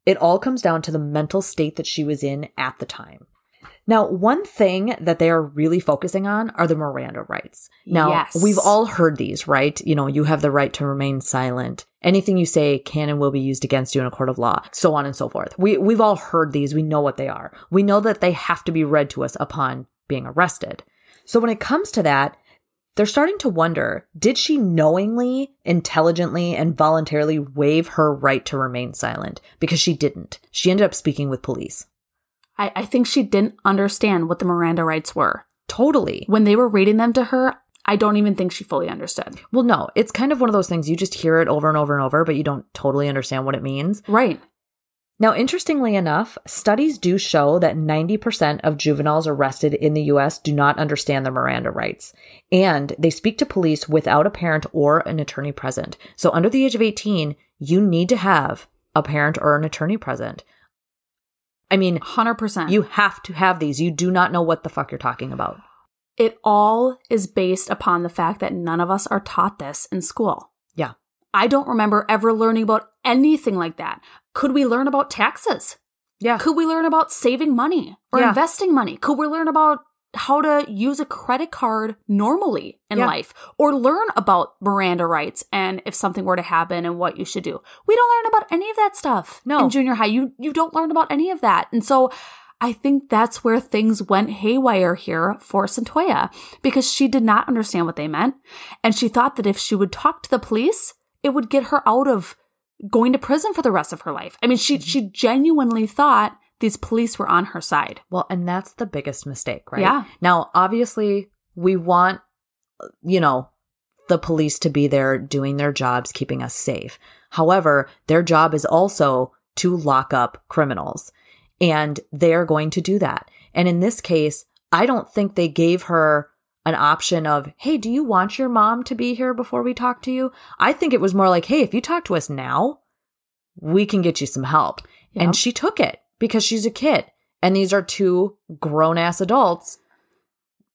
A: It all comes down to the mental state that she was in at the time. Now, one thing that they are really focusing on are the Miranda rights. Now,
B: Yes.
A: we've all heard these, right? You know, you have the right to remain silent. Anything you say can and will be used against you in a court of law, so on and so forth. We, we've all heard these. We know what they are. We know that they have to be read to us upon being arrested. So when it comes to that, they're starting to wonder did she knowingly, intelligently, and voluntarily waive her right to remain silent? Because she didn't. She ended up speaking with police.
B: I, I think she didn't understand what the Miranda rights were.
A: Totally.
B: When they were reading them to her, I don't even think she fully understood.
A: Well, no, it's kind of one of those things you just hear it over and over and over, but you don't totally understand what it means.
B: Right.
A: Now, interestingly enough, studies do show that 90% of juveniles arrested in the US do not understand their Miranda rights, and they speak to police without a parent or an attorney present. So, under the age of 18, you need to have a parent or an attorney present. I mean,
B: 100%.
A: you have to have these. You do not know what the fuck you're talking about.
B: It all is based upon the fact that none of us are taught this in school.
A: Yeah.
B: I don't remember ever learning about anything like that. Could we learn about taxes?
A: Yeah.
B: Could we learn about saving money or
A: Yeah.
B: investing money? Could we learn about how to use a credit card normally in
A: Yeah.
B: life or learn about Miranda rights and if something were to happen and what you should do? We don't learn about any of that stuff.
A: No.
B: In junior high, you you don't learn about any of that. And so I think that's where things went haywire here for Santoya because she did not understand what they meant. And she thought that if she would talk to the police, it would get her out of going to prison for the rest of her life. I mean, she she genuinely thought these police were on her side.
A: Well, and that's the biggest mistake, right?
B: Yeah.
A: Now, obviously, we want, you know, the police to be there doing their jobs, keeping us safe. However, their job is also to lock up criminals, and they're going to do that. And in this case, I don't think they gave her an option of, hey, do you want your mom to be here before we talk to you? I think it was more like, hey, if you talk to us now, we can get you some help.
B: Yep.
A: And she took it because she's a kid. And these are two grown ass adults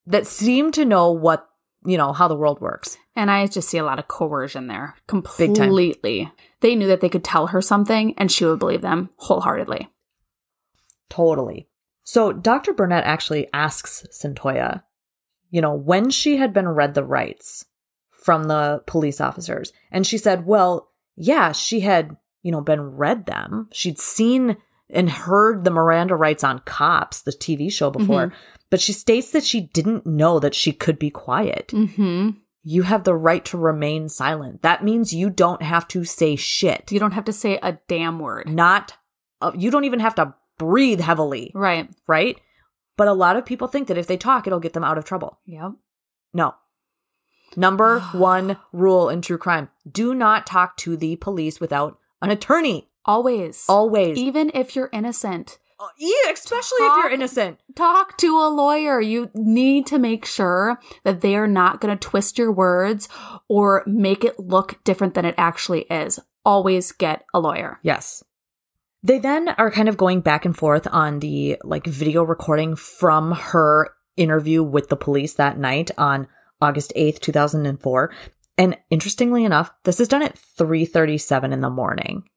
A: that seem to know what, you know, how the world works.
B: And I just see a lot of coercion there.
A: time.
B: Completely. They knew that they could tell her something and she would believe them wholeheartedly.
A: Totally. So Dr. Burnett actually asks Santoya, you know, when she had been read the rights from the police officers. And she said, well, yeah, she had, you know, been read them. She'd seen and heard the Miranda rights on Cops, the TV show before. But she states that she didn't know that she could be quiet.
B: Mm-hmm.
A: You have the right to remain silent. That means you don't have to say shit.
B: You don't have to say a damn word.
A: Not, uh, you don't even have to breathe heavily,
B: Right.
A: right? But a lot of people think that if they talk, it'll get them out of trouble.
B: Yep.
A: No. Number one rule in true crime do not talk to the police without an attorney.
B: Always.
A: Always.
B: Even if you're innocent.
A: Uh, yeah, especially if you're
B: E- Talk-
A: innocent.
B: talk to a lawyer. You need to make sure that they are not going to twist your words or make it look different than it actually is. Always get a lawyer.
A: Yes. They then are kind of going back and forth on the like video recording from her interview with the police that night on August 8th, 2004. And interestingly enough, this is done at 3:37 in the morning.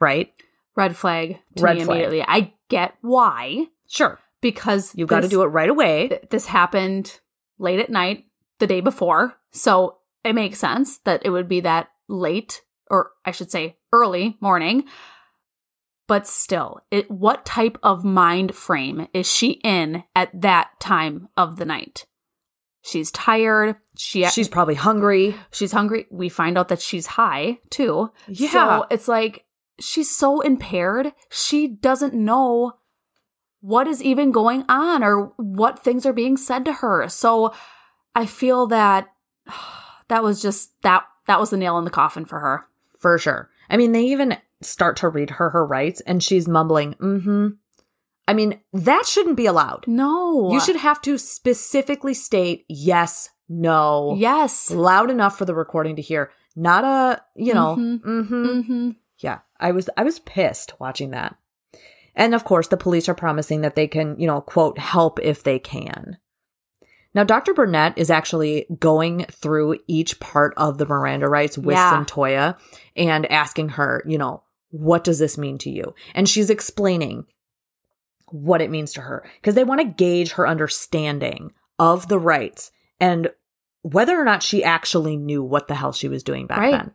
A: Right?
B: Red flag to
A: Red
B: me
A: flag.
B: immediately. I get why
A: Sure.
B: because
A: You got to
B: this-
A: do it right away.
B: th- This happened late at night the day before, so it makes sense that it would be that late, or I should say early morning. But still, it, what type of mind frame is she in at that time of the night? She's tired. She
A: She's probably hungry.
B: she's hungry. We find out that she's high too.
A: Yeah.
B: So it's like she's so impaired, she doesn't know what is even going on or what things are being said to her. So I feel that that was just that that was the nail in the coffin for her.
A: For sure. I mean, they even start to read her her rights and she's mumbling, "Mhm." I mean, that shouldn't be allowed.
B: No.
A: You should have to specifically state yes, no,
B: Yes.
A: loud enough for the recording to hear. Not a, you know,
B: Mhm.
A: mhm.
B: Mm-hmm.
A: yeah. I was I was pissed watching that. And of course, the police are promising that they can, you know, quote, help if they can. Now, Dr. Burnett is actually going through each part of the Miranda rights with
B: Yeah.
A: Santoya and asking her, you know, what does this mean to you? And she's explaining what it means to her because they want to gauge her understanding of the rights and whether or not she actually knew what the hell she was doing back
B: Right.
A: then.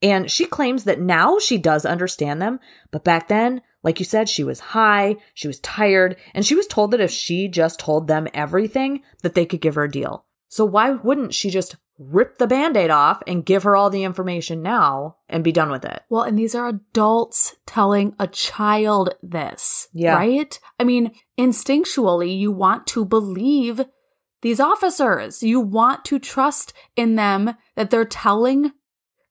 A: And she claims that now she does understand them, but back then, like you said, she was high, she was tired, and she was told that if she just told them everything, that they could give her a deal. So why wouldn't she just rip the band-aid off and give her all the information now and be done with it?
B: Well, and these are adults telling a child this,
A: Yeah.
B: right? I mean, instinctually, you want to believe these officers. You want to trust in them that they're telling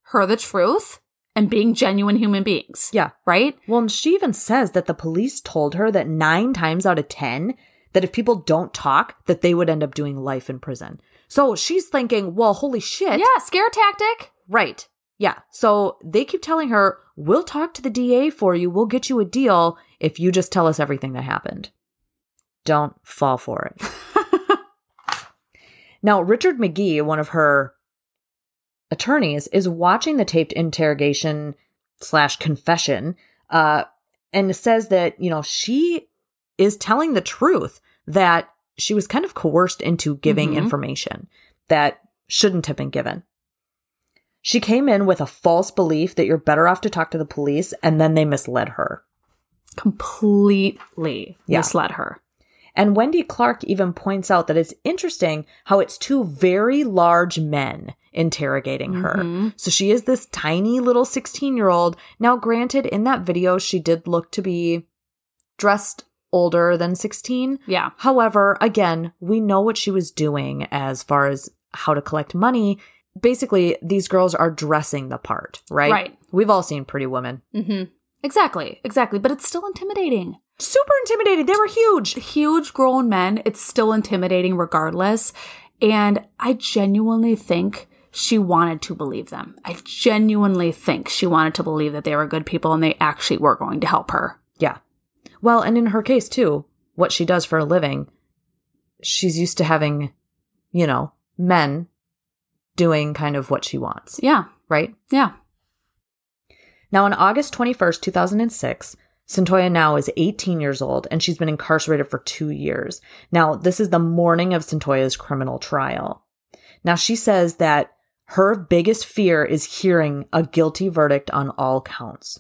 B: her the truth and being genuine human beings.
A: Yeah.
B: Right?
A: Well, and she even says that the police told her that nine times out of 10, that if people don't talk, that they would end up doing life in prison. So she's thinking, well, holy shit.
B: Yeah, scare tactic.
A: Right. Yeah. So they keep telling her, we'll talk to the DA for you. We'll get you a deal if you just tell us everything that happened. Don't fall for it. now, Richard McGee, one of her attorneys, is watching the taped interrogation slash confession uh, and says that, you know, she is telling the truth that she was kind of coerced into giving
B: Mhm.
A: information that shouldn't have been given. She came in with a false belief that you're better off to talk to the police, and then they misled her.
B: Completely
A: Yeah.
B: misled her.
A: And Wendy Clark even points out that it's interesting how it's two very large men interrogating her.
B: Mhm.
A: So she is this tiny little 16 year old. Now, granted, in that video, she did look to be dressed older than 16.
B: Yeah.
A: However, again, we know what she was doing as far as how to collect money. Basically, these girls are dressing the part, right?
B: Right.
A: We've all seen Pretty Woman.
B: Mm-hmm. Exactly. Exactly. But it's still intimidating.
A: Super intimidated. They were huge.
B: Huge grown men, it's still intimidating regardless. And I genuinely think she wanted to believe them. I genuinely think she wanted to believe that they were good people and they actually were going to help her.
A: Yeah. Well, and in her case too, what she does for a living, she's used to having, you know, men doing kind of what she wants,
B: Yeah.
A: right?
B: Yeah.
A: Now, on August 21st, 2006, Centoya now is 18 years old and she's been incarcerated for two years. Now, this is the morning of Centoya's criminal trial. Now, she says that her biggest fear is hearing a guilty verdict on all counts.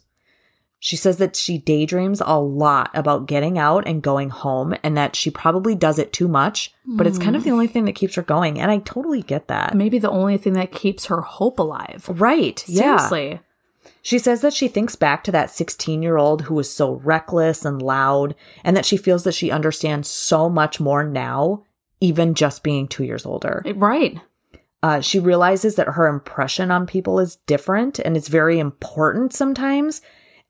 A: She says that she daydreams a lot about getting out and going home and that she probably does it too much, but it's kind of the only thing that keeps her going. And I totally get that.
B: Maybe the only thing that keeps her hope alive.
A: Right. Yeah.
B: Seriously.
A: She says that she thinks back to that 16 year old who was so reckless and loud, and that she feels that she understands so much more now, even just being two years older.
B: Right.
A: Uh, she realizes that her impression on people is different and it's very important sometimes,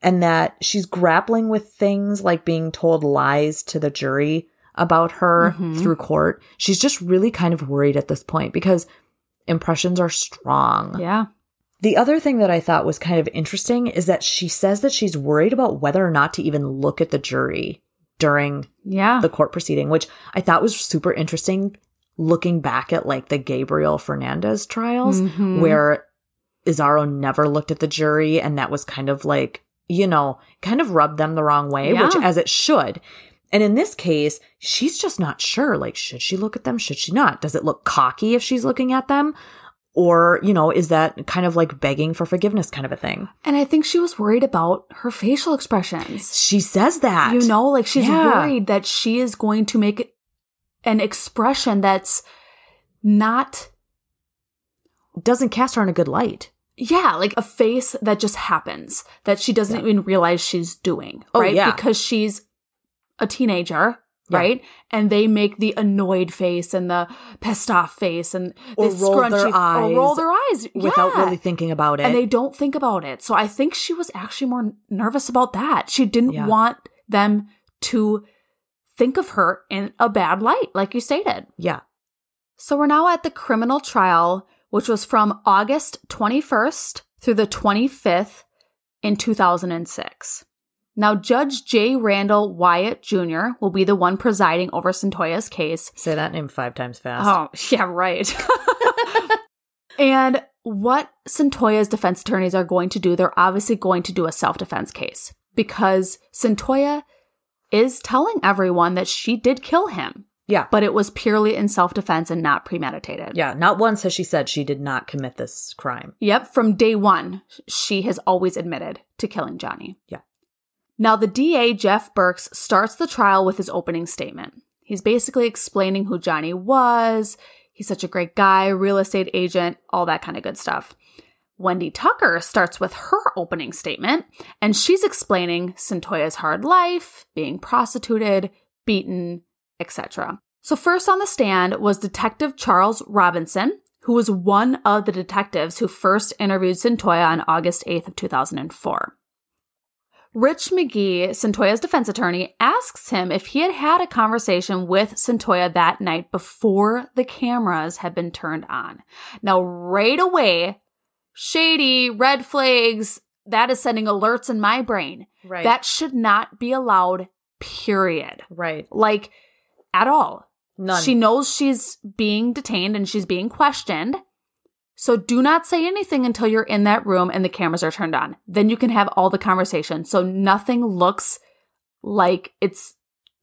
A: and that she's grappling with things like being told lies to the jury about her
B: Mhm.
A: through court. She's just really kind of worried at this point because impressions are strong.
B: Yeah.
A: The other thing that I thought was kind of interesting is that she says that she's worried about whether or not to even look at the jury during
B: Yeah.
A: the court proceeding, which I thought was super interesting looking back at like the Gabriel Fernandez trials
B: Mhm.
A: where Izarro never looked at the jury and that was kind of like, you know, kind of rubbed them the wrong way, which
B: Yeah.
A: as it should. And in this case, she's just not sure. Like, should she look at them? Should she not? Does it look cocky if she's looking at them? Or, you know, is that kind of like begging for forgiveness kind of a thing?
B: and I think she was worried about her facial expressions.
A: She says that.
B: You know, like she's
A: Yeah.
B: worried that she is going to make an expression that's not,
A: doesn't cast her in a good light.
B: yeah, like a face that just happens that she doesn't even realize she's doing.
A: Oh,
B: right.
A: yeah.
B: Because she's a teenager.
A: Yeah.
B: Right, and they make the annoyed face and the pissed off face and
A: Or
B: the
A: roll their
B: scrunchy or roll
A: eyes
B: their eyes
A: Without
B: Yeah.
A: really thinking about it.
B: and they don't think about it. So I think she was actually more n- nervous about that. She didn't
A: Yeah.
B: want them to think of her in a bad light, like you stated.
A: yeah.
B: So we're now at the criminal trial, which was from August 21st through the 25th in 2006. Now, Judge J. Randall Wyatt Jr. will be the one presiding over Santoya's case,
A: Say that name five times fast.
B: Oh, yeah, right. and what Centoya's defense attorneys are going to do, they're obviously going to do a self defense case because Centoya is telling everyone that she did kill him,
A: Yeah.
B: but it was purely in self defense and not premeditated.
A: Yeah. Not once has she said she did not commit this crime.
B: Yep, from day one, she has always admitted to killing Johnny.
A: Yeah.
B: Now, the DA, Jeff Burks, starts the trial with his opening statement. He's basically explaining who Johnny was. He's such a great guy, real estate agent, all that kind of good stuff. Wendy Tucker starts with her opening statement, and she's explaining Centoya's hard life, being prostituted, beaten, etc. So, first on the stand was Detective Charles Robinson, who was one of the detectives who first interviewed Centoya on August 8th of 2004. Rich McGee, Centoya's defense attorney, asks him if he had had a conversation with Centoya that night before the cameras had been turned on. Now, right away, shady, red flags, that is sending alerts in my brain.
A: Right.
B: That should not be allowed, period.
A: right.
B: Like, at all.
A: None.
B: She knows she's being detained and she's being questioned. So do not say anything until you're in that room and the cameras are turned on. Then you can have all the conversation. So nothing looks like it's,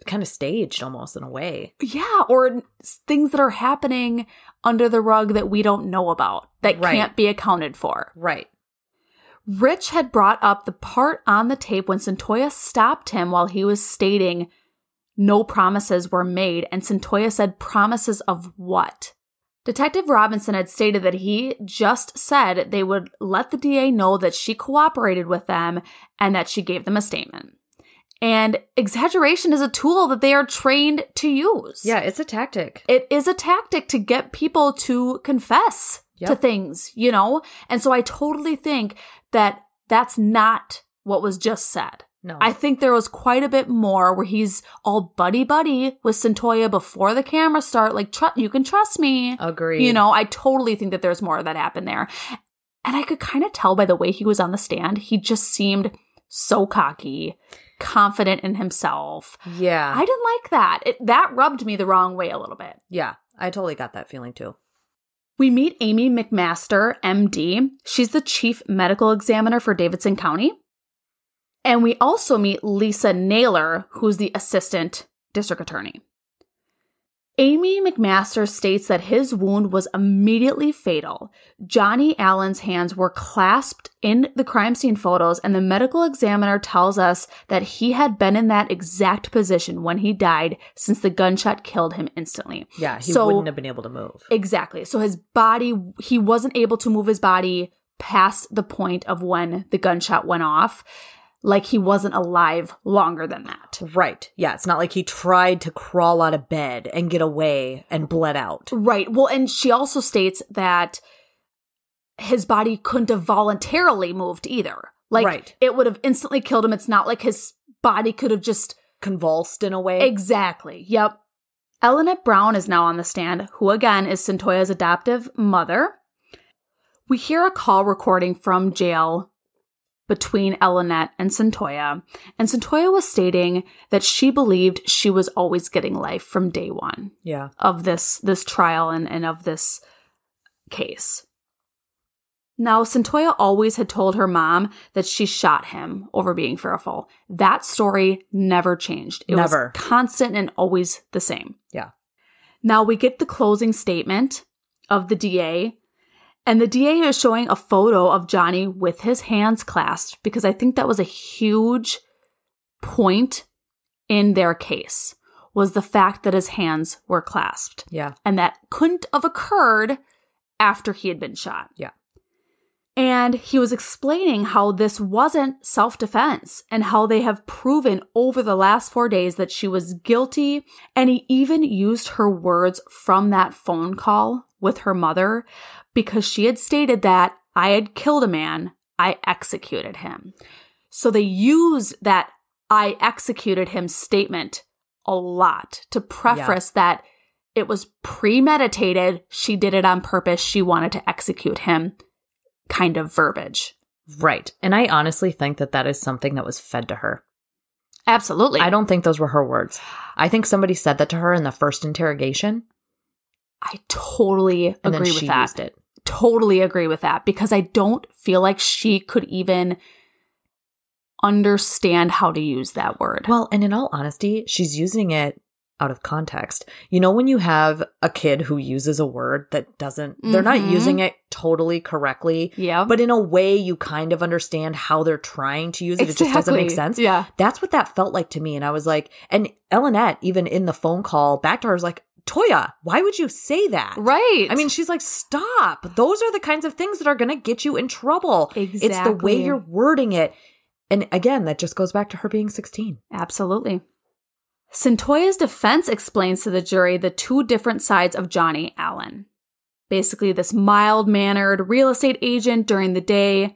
A: kind of staged almost in a way.
B: yeah, or things that are happening under the rug that we don't know about that
A: Right.
B: can't be accounted for.
A: Right.
B: Rich had brought up the part on the tape when Centoya stopped him while he was stating no promises were made, and Centoya said, Promises of what? Detective Robinson had stated that he just said they would let the DA know that she cooperated with them and that she gave them a statement. And exaggeration is a tool that they are trained to use.
A: Yeah, it's a tactic.
B: It is a tactic to get people to confess
A: Yep.
B: to things, you know? And so I totally think that that's not what was just said.
A: No.
B: I think there was quite a bit more where he's all buddy buddy with Centoya before the cameras start, like, Tru- you can trust me.
A: agree.
B: You know, I totally think that there's more that happened there. And I could kind of tell by the way he was on the stand, he just seemed so cocky, confident in himself.
A: Yeah.
B: I didn't like that. It, that rubbed me the wrong way a little bit.
A: yeah. I totally got that feeling too.
B: We meet Amy McMaster, MD. She's the chief medical examiner for Davidson County. And we also meet Lisa Naylor, who's the assistant district attorney. Amy McMaster states that his wound was immediately fatal. Johnny Allen's hands were clasped in the crime scene photos, and the medical examiner tells us that he had been in that exact position when he died since the gunshot killed him instantly.
A: Yeah. He
B: So-
A: wouldn't have been able to move.
B: Exactly. So his body, he wasn't able to move his body past the point of when the gunshot went off. Like he wasn't alive longer than that.
A: right. Yeah. It's not like he tried to crawl out of bed and get away and bled out.
B: Right. Well, and she also states that his body couldn't have voluntarily moved either. Like
A: Right.
B: it would have instantly killed him. It's not like his body could have just
A: Convulsed in a way.
B: Exactly. Yep. Elinette Brown is now on the stand, who again is Centoya's adoptive mother. We hear a call recording from jail between Elinette and Centoya, and Centoya was stating that she believed she was always getting life from day one
A: yeah.
B: of this this trial and, and of this case. Now, Centoya always had told her mom that she shot him over being fearful. That story never changed. It
A: Never.
B: was constant and always the same.
A: Yeah.
B: Now we get the closing statement of the DA, and the DA is showing a photo of Johnny with his hands clasped because I think that was a huge point in their case was the fact that his hands were clasped
A: Yeah.
B: and that couldn't have occurred after he had been shot.
A: Yeah.
B: And he was explaining how this wasn't self defense and how they have proven over the last four days that she was guilty. And he even used her words from that phone call with her mother because she had stated that I had killed a man, I executed him. So they used that I executed him statement a lot to preface that it was premeditated. She did it on purpose. She wanted to execute him, kind of verbiage.
A: Right. And I honestly think that that is something that was fed to her.
B: Absolutely.
A: I don't think those were her words. I think somebody said that to her in the first interrogation,
B: I totally
A: and
B: agree
A: then she
B: with that.
A: used it.
B: Totally agree with that because I don't feel like she could even understand how to use that word.
A: Well, and in all honesty, she's using it out of context. You know, when you have a kid who uses a word that doesn't, they're not
B: Mhm.
A: using it totally correctly,
B: yeah.
A: but in a way you kind of understand how they're trying to use it. It just doesn't make sense.
B: Yeah.
A: That's what that felt like to me. And I was like, and Elinette, even in the phone call back to her, was like, Toya, why would you say that?
B: Right.
A: I mean, she's like, stop. Those are the kinds of things that are going to get you in trouble. It's the way
B: Exactly.
A: you're wording it. And again, that just goes back to her being 16.
B: Absolutely. Centoya's defense explains to the jury the two different sides of Johnny Allen. basically this mild mannered real estate agent during the day,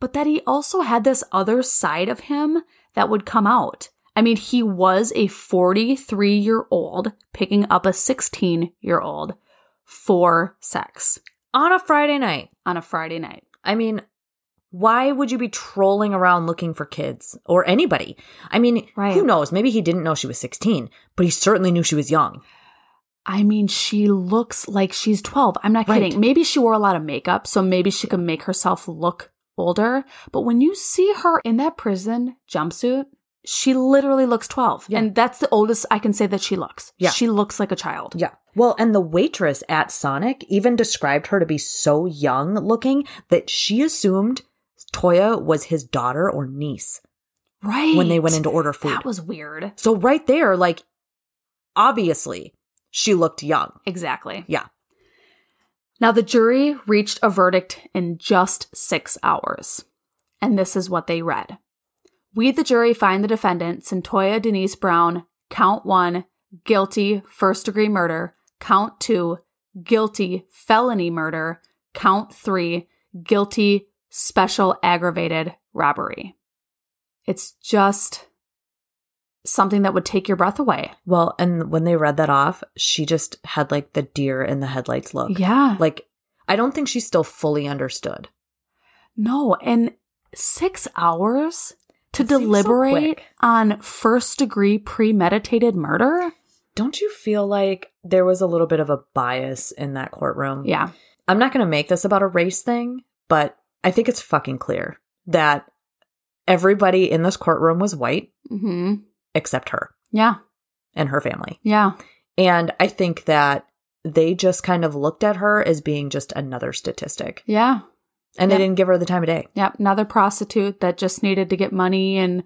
B: but that he also had this other side of him that would come out. I mean, he was a 43 year old picking up a 16 year old for sex
A: on a Friday night.
B: on a Friday night.
A: I mean, why would you be trolling around looking for kids or anybody? I mean,
B: Right.
A: who knows? Maybe he didn't know she was 16, but he certainly knew she was young.
B: I mean, she looks like she's 12. I'm not
A: Right.
B: kidding. Maybe she wore a lot of makeup, so maybe she could make herself look older. But when you see her in that prison jumpsuit, she literally looks 12.
A: Yeah.
B: And that's the oldest I can say that she looks.
A: Yeah.
B: She looks like a child.
A: Yeah. Well, and the waitress at Sonic even described her to be so young looking that she assumed Toya was his daughter or niece
B: Right.
A: when they went in to order food.
B: That was weird.
A: so, right there, like, obviously, she looked young.
B: Exactly.
A: Yeah.
B: Now, the jury reached a verdict in just six hours. And this is what they read We, the jury, find the defendant, Santoya Denise Brown, count one, guilty first degree murder, count two, guilty felony murder, count three, guilty special aggravated robbery. It's just something that would take your breath away.
A: Well, and when they read that off, she just had like the deer in the headlights look.
B: Yeah.
A: Like, I don't think she still fully understood.
B: No, and six hours to
A: It seems so
B: deliberate
A: quick.
B: on first degree premeditated murder?
A: Don't you feel like there was a little bit of a bias in that courtroom?
B: Yeah.
A: I'm not going to make this about a race thing, but I think it's fucking clear that everybody in this courtroom was white Mm-hmm.
B: hmm
A: except her
B: Yeah.
A: and her family.
B: Yeah.
A: And I think that they just kind of looked at her as being just another statistic
B: Yeah.
A: and
B: Yeah.
A: they didn't give her the time of day.
B: Yep. Another prostitute that just needed to get money and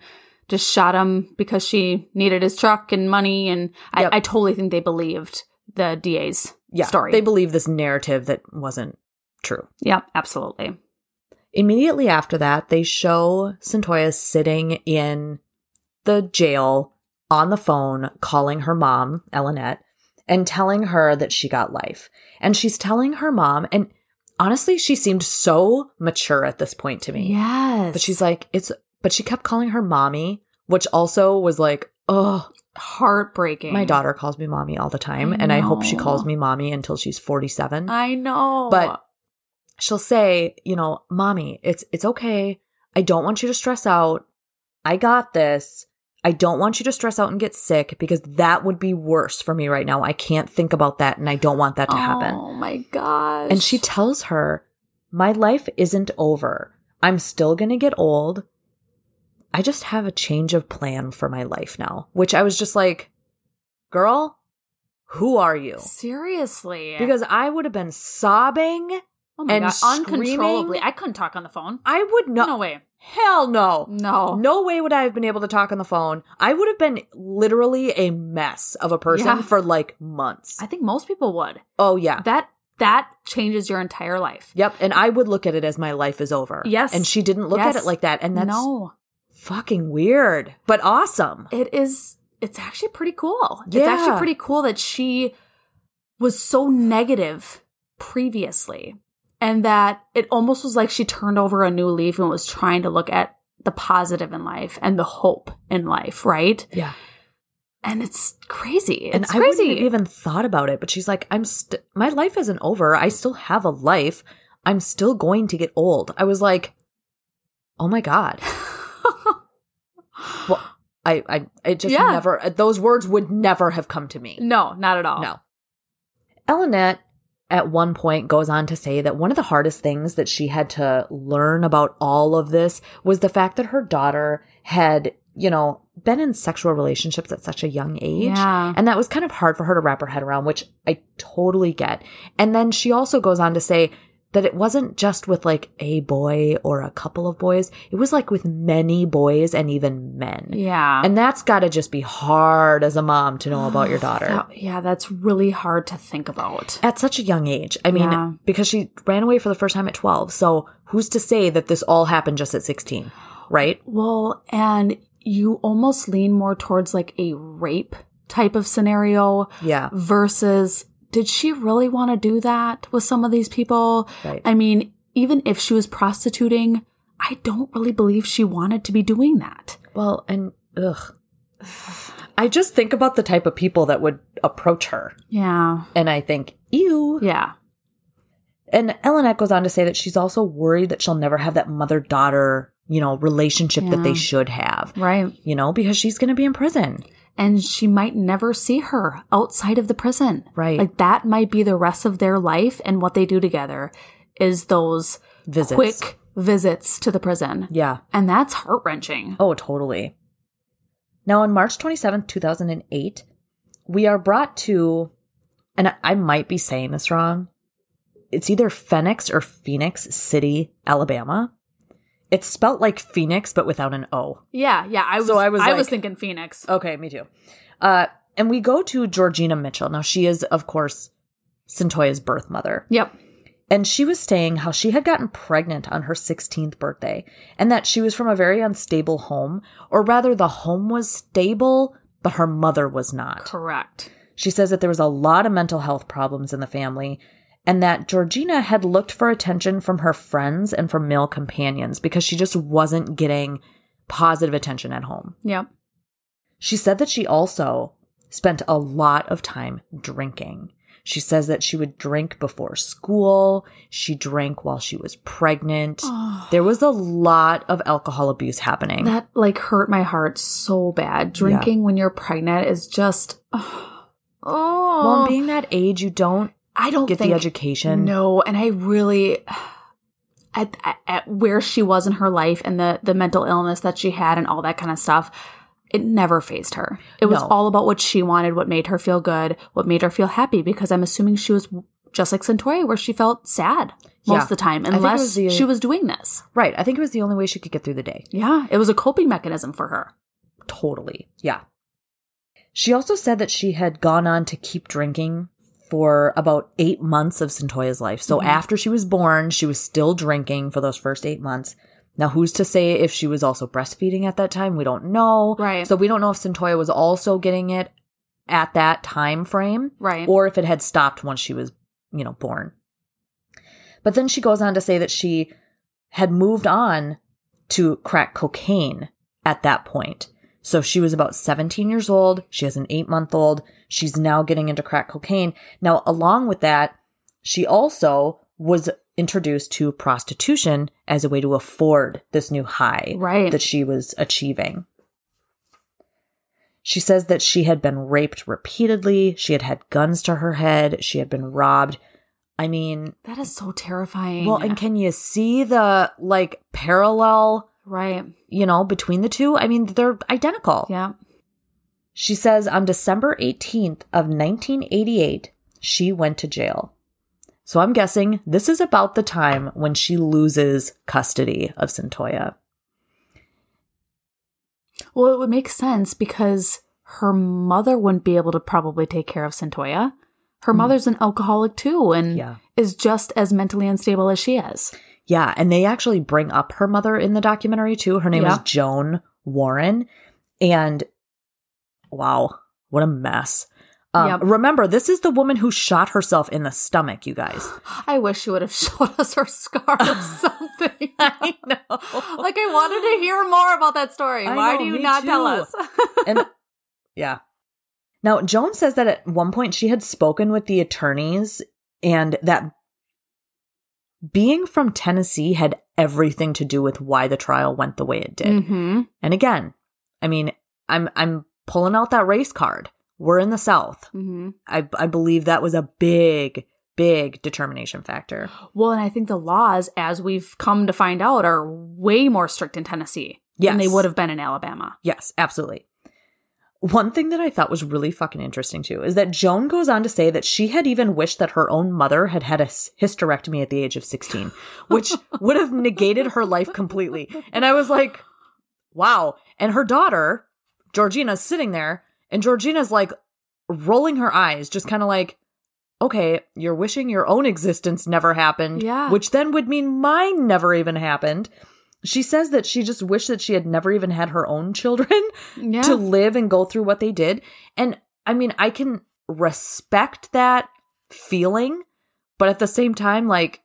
B: just shot him because she needed his truck and money. And
A: Yep.
B: I, I totally think they believed the DA's
A: Yeah.
B: story.
A: They believe this narrative that wasn't true.
B: yep. Absolutely.
A: Immediately after that, they show Santoya sitting in the jail on the phone, calling her mom, Elinette, and telling her that she got life. And she's telling her mom, and honestly, she seemed so mature at this point to me.
B: Yes.
A: But she's like, it's, but she kept calling her mommy, which also was like, oh,
B: heartbreaking.
A: my daughter calls me mommy all the time.
B: I
A: and I hope she
B: know.
A: calls me mommy until she's 47
B: I know.
A: But- she'll say, you know, mommy, it's it's okay. I don't want you to stress out. I got this. I don't want you to stress out and get sick because that would be worse for me right now. I can't think about that and I don't want that to happen.
B: Oh my gosh.
A: And she tells her, "My life isn't over. I'm still going to get old. I just have a change of plan for my life now." Which I was just like, "Girl, who are you?"
B: Seriously.
A: Because I would have been sobbing.
B: oh my
A: and
B: God, uncontrollably.
A: screaming-
B: I couldn't talk on the phone.
A: I would
B: No,
A: not
B: way.
A: Hell no.
B: No.
A: No way would I have been able to talk on the phone. I would have been literally a mess of a person
B: Yeah.
A: for like months.
B: I think most people would.
A: oh yeah.
B: That that changes your entire life.
A: Yep. And I would look at it as my life is over.
B: Yes.
A: And she didn't look at
B: Yes.
A: it like that. And that's
B: no.
A: fucking weird, but awesome.
B: It is it's actually pretty cool. It's
A: Yeah.
B: actually pretty cool that she was so negative previously and that it almost was like she turned over a new leaf and was trying to look at the positive in life and the hope in life, right?
A: Yeah.
B: And it's crazy.
A: And
B: It's
A: I
B: crazy.
A: wouldn't have even thought about it, but she's like, I'm st- my life isn't over. I still have a life. I'm still going to get old. I was like, oh my God. well, I, I, it just
B: Yeah.
A: never, those words would never have come to me.
B: no, not at all.
A: No. Elinette at one point goes on to say that one of the hardest things that she had to learn about all of this was the fact that her daughter had, you know, been in sexual relationships at such a young age.
B: Yeah.
A: And that was kind of hard for her to wrap her head around, which I totally get. And then she also goes on to say that it wasn't just with like a boy or a couple of boys, it was like with many boys and even men.
B: Yeah.
A: And that's got to just be hard as a mom to know about your daughter.
B: That- yeah, that's really hard to think about.
A: at such a young age. I mean,
B: Yeah.
A: because she ran away for the first time at 12. So who's to say that this all happened just at 16, right?
B: Well, and you almost lean more towards like a rape type of scenario
A: Yeah.
B: versus did she really want to do that with some of these people?
A: Right.
B: I mean, even if she was prostituting, I don't really believe she wanted to be doing that.
A: Well, and ugh. I just think about the type of people that would approach her,
B: Yeah.
A: and I think, ew.
B: Yeah.
A: And Ellenette goes on to say that she's also worried that she'll never have that mother daughter, you know, relationship that they
B: Yeah.
A: should have,
B: Right.
A: you know, because she's going to be in prison.
B: And she might never see her outside of the prison.
A: Right.
B: Like that might be the rest of their life and what they do together is those
A: Visits.
B: quick visits to the prison.
A: Yeah.
B: And that's heart wrenching.
A: Oh, totally. Now, on March 27th, 2008, we are brought to, and I- I might be saying this wrong, it's either Phoenix or Phoenix City, Alabama. It's spelt like Phoenix, but without an O.
B: Yeah, yeah. I was
A: So I was like-
B: thinking Phoenix.
A: Okay, me too. Uh, and we go to Georgina Mitchell. Now, she is, of course, Centoya's birth mother.
B: Yep.
A: And she was saying how she had gotten pregnant on her 16th birthday and that she was from a very unstable home, or rather, the home was stable, but her mother was not.
B: Correct.
A: She says that there was a lot of mental health problems in the family and that Georgina had looked for attention from her friends and from male companions because she just wasn't getting positive attention at home.
B: Yep.
A: She said that she also spent a lot of time drinking. She says that she would drink before school. She drank while she was pregnant. There was a lot of alcohol abuse happening.
B: That like hurt my heart so bad. Drinking when you're pregnant is just oh.
A: well, and being that age, you don't
B: I don't
A: get
B: think
A: the education.
B: No, and I really at, at at where she was in her life and the the mental illness that she had and all that kind of stuff. It never phased her. It was
A: No.
B: all about what she wanted, what made her feel good, what made her feel happy. Because I'm assuming she was just like Centauri, where she felt sad most
A: Yeah.
B: of the time,
A: I think it
B: unless
A: was the-
B: she was doing this.
A: Right. I think it was the only way she could get through the day.
B: Yeah, it was a coping mechanism for her.
A: Totally. Yeah. She also said that she had gone on to keep drinking for about eight months of Centoya's life. So
B: Mhm.
A: after she was born, she was still drinking for those first eight months. Now, who's to say if she was also breastfeeding at that time? We don't know.
B: Right.
A: So we don't know if Centoya was also getting it at that time frame
B: Right.
A: or if it had stopped once she was, you know, born. But then she goes on to say that she had moved on to crack cocaine at that point. So she was about 17 years old. She has an eight month old. She's now getting into crack cocaine. Now, along with that, she also was introduced to prostitution as a way to afford this new high
B: Right.
A: that she was achieving. She says that she had been raped repeatedly. She had had guns to her head. She had been robbed. I mean,
B: that is so terrifying.
A: well, and can you see the like parallel,
B: right.
A: you know, between the two? I mean, they're identical.
B: Yeah.
A: She says on December 18th of 1988, she went to jail. So I'm guessing this is about the time when she loses custody of Centoya.
B: Well, it would make sense because her mother wouldn't be able to probably take care of Centoya. Her mother's an alcoholic too and
A: Hmm. Yeah.
B: is just as mentally unstable as she is.
A: Yeah, and they actually bring up her mother in the documentary too. Her name is
B: Yeah.
A: Joan Warren. And wow, what a mess. Um,
B: Yep.
A: Remember, this is the woman who shot herself in the stomach, you guys.
B: I wish she would have showed us her scar or something.
A: I know.
B: Like I wanted to hear more about that story.
A: I
B: Why
A: know,
B: do you
A: me
B: not tell
A: too.
B: us?
A: and yeah. Now, Joan says that at one point she had spoken with the attorneys and that being from Tennessee had everything to do with why the trial went the way it did.
B: mm-hmm.
A: And again, I mean, I'm I'm pulling out that race card. We're in the South.
B: Mm-hmm.
A: I I believe that was a big big determination factor.
B: Well, and I think the laws, as we've come to find out, are way more strict in Tennessee than they
A: Yes.
B: would have been in Alabama.
A: Yes, absolutely. One thing that I thought was really fucking interesting too is that Joan goes on to say that she had even wished that her own mother had had a s- hysterectomy at the age of 16, which would have negated her life completely. And I was like, wow. And her daughter, Georgina's sitting there, and Georgina's like rolling her eyes, just kind of like, okay, you're wishing your own existence never happened,
B: Yeah.
A: which then would mean mine never even happened. She says that she just wished that she had never even had her own children
B: Yeah.
A: to live and go through what they did. And I mean, I can respect that feeling, but at the same time, like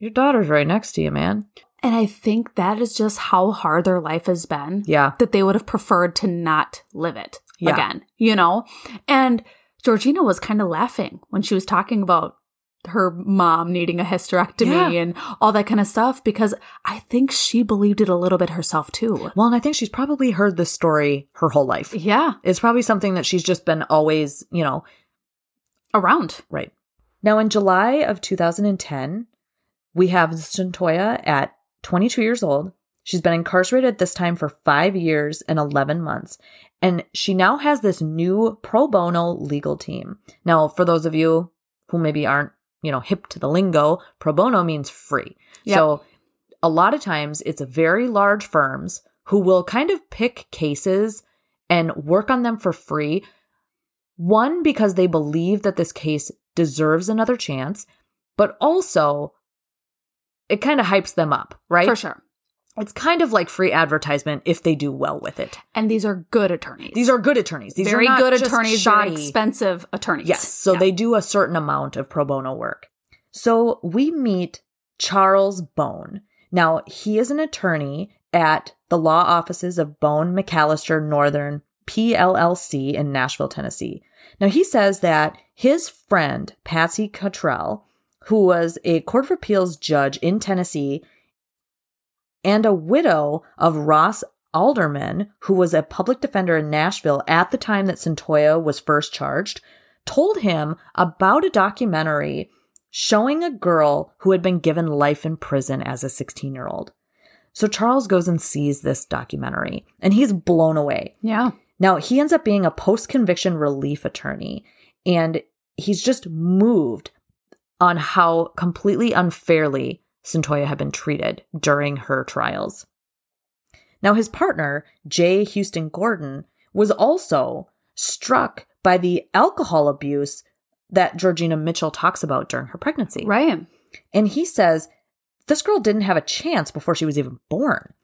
A: your daughter's right next to you, man.
B: And I think that is just how hard their life has been
A: Yeah.
B: that they would have preferred to not live it
A: Yeah.
B: again, you know? And Georgina was kind of laughing when she was talking about her mom needing a hysterectomy
A: Yeah.
B: and all that kind of stuff because I think she believed it a little bit herself too.
A: Well, and I think she's probably heard this story her whole life.
B: Yeah,
A: It's probably something that she's just been always, you know,
B: around.
A: Right. Now, in July of 2010, we have Santoya at 22 years old. She's been incarcerated this time for five years and 11 months. And she now has this new pro bono legal team. Now, for those of you who maybe aren't, you know, hip to the lingo, pro bono means free.
B: Yep.
A: So a lot of times it's very large firms who will kind of pick cases and work on them for free one, because they believe that this case deserves another chance, but also it kind of hypes them up, right?
B: For sure.
A: It's kind of like free advertisement if they do well with it.
B: And these are good attorneys.
A: These are good attorneys. These
B: very
A: are not
B: good
A: just
B: attorneys, very
A: shoddy.
B: expensive attorneys.
A: Yes. So
B: Yeah.
A: they do a certain amount of pro bono work. So we meet Charles Bone. Now, he is an attorney at the law offices of Bone McAllister Northern PLLC in Nashville, Tennessee. Now, he says that his friend, Patsy Cottrell, who was a Court of Appeals judge in Tennessee and a widow of Ross Alderman, who was a public defender in Nashville at the time that Santoya was first charged, told him about a documentary showing a girl who had been given life in prison as a 16 year old. So Charles goes and sees this documentary and he's blown away.
B: Yeah.
A: Now, he ends up being a post conviction relief attorney, and he's just moved on how completely unfairly Santoya had been treated during her trials. Now, his partner, Jay Houston Gordon, was also struck by the alcohol abuse that Georgina Mitchell talks about during her pregnancy.
B: Right.
A: And he says, This girl didn't have a chance before she was even born.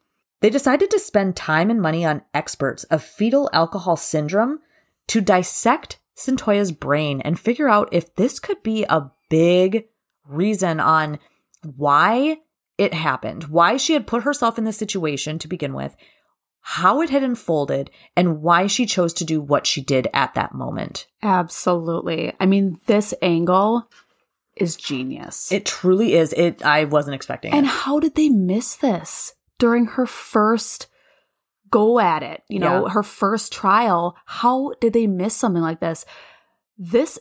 A: They decided to spend time and money on experts of fetal alcohol syndrome to dissect Santoya's brain and figure out if this could be a big reason on why it happened, why she had put herself in this situation to begin with, how it had unfolded, and why she chose to do what she did at that moment.
B: Absolutely. I mean, this angle is genius.
A: It truly is. It I wasn't expecting it.
B: And how did they miss this during her first go at it? You know,
A: Yeah.
B: her first trial. How did they miss something like this? This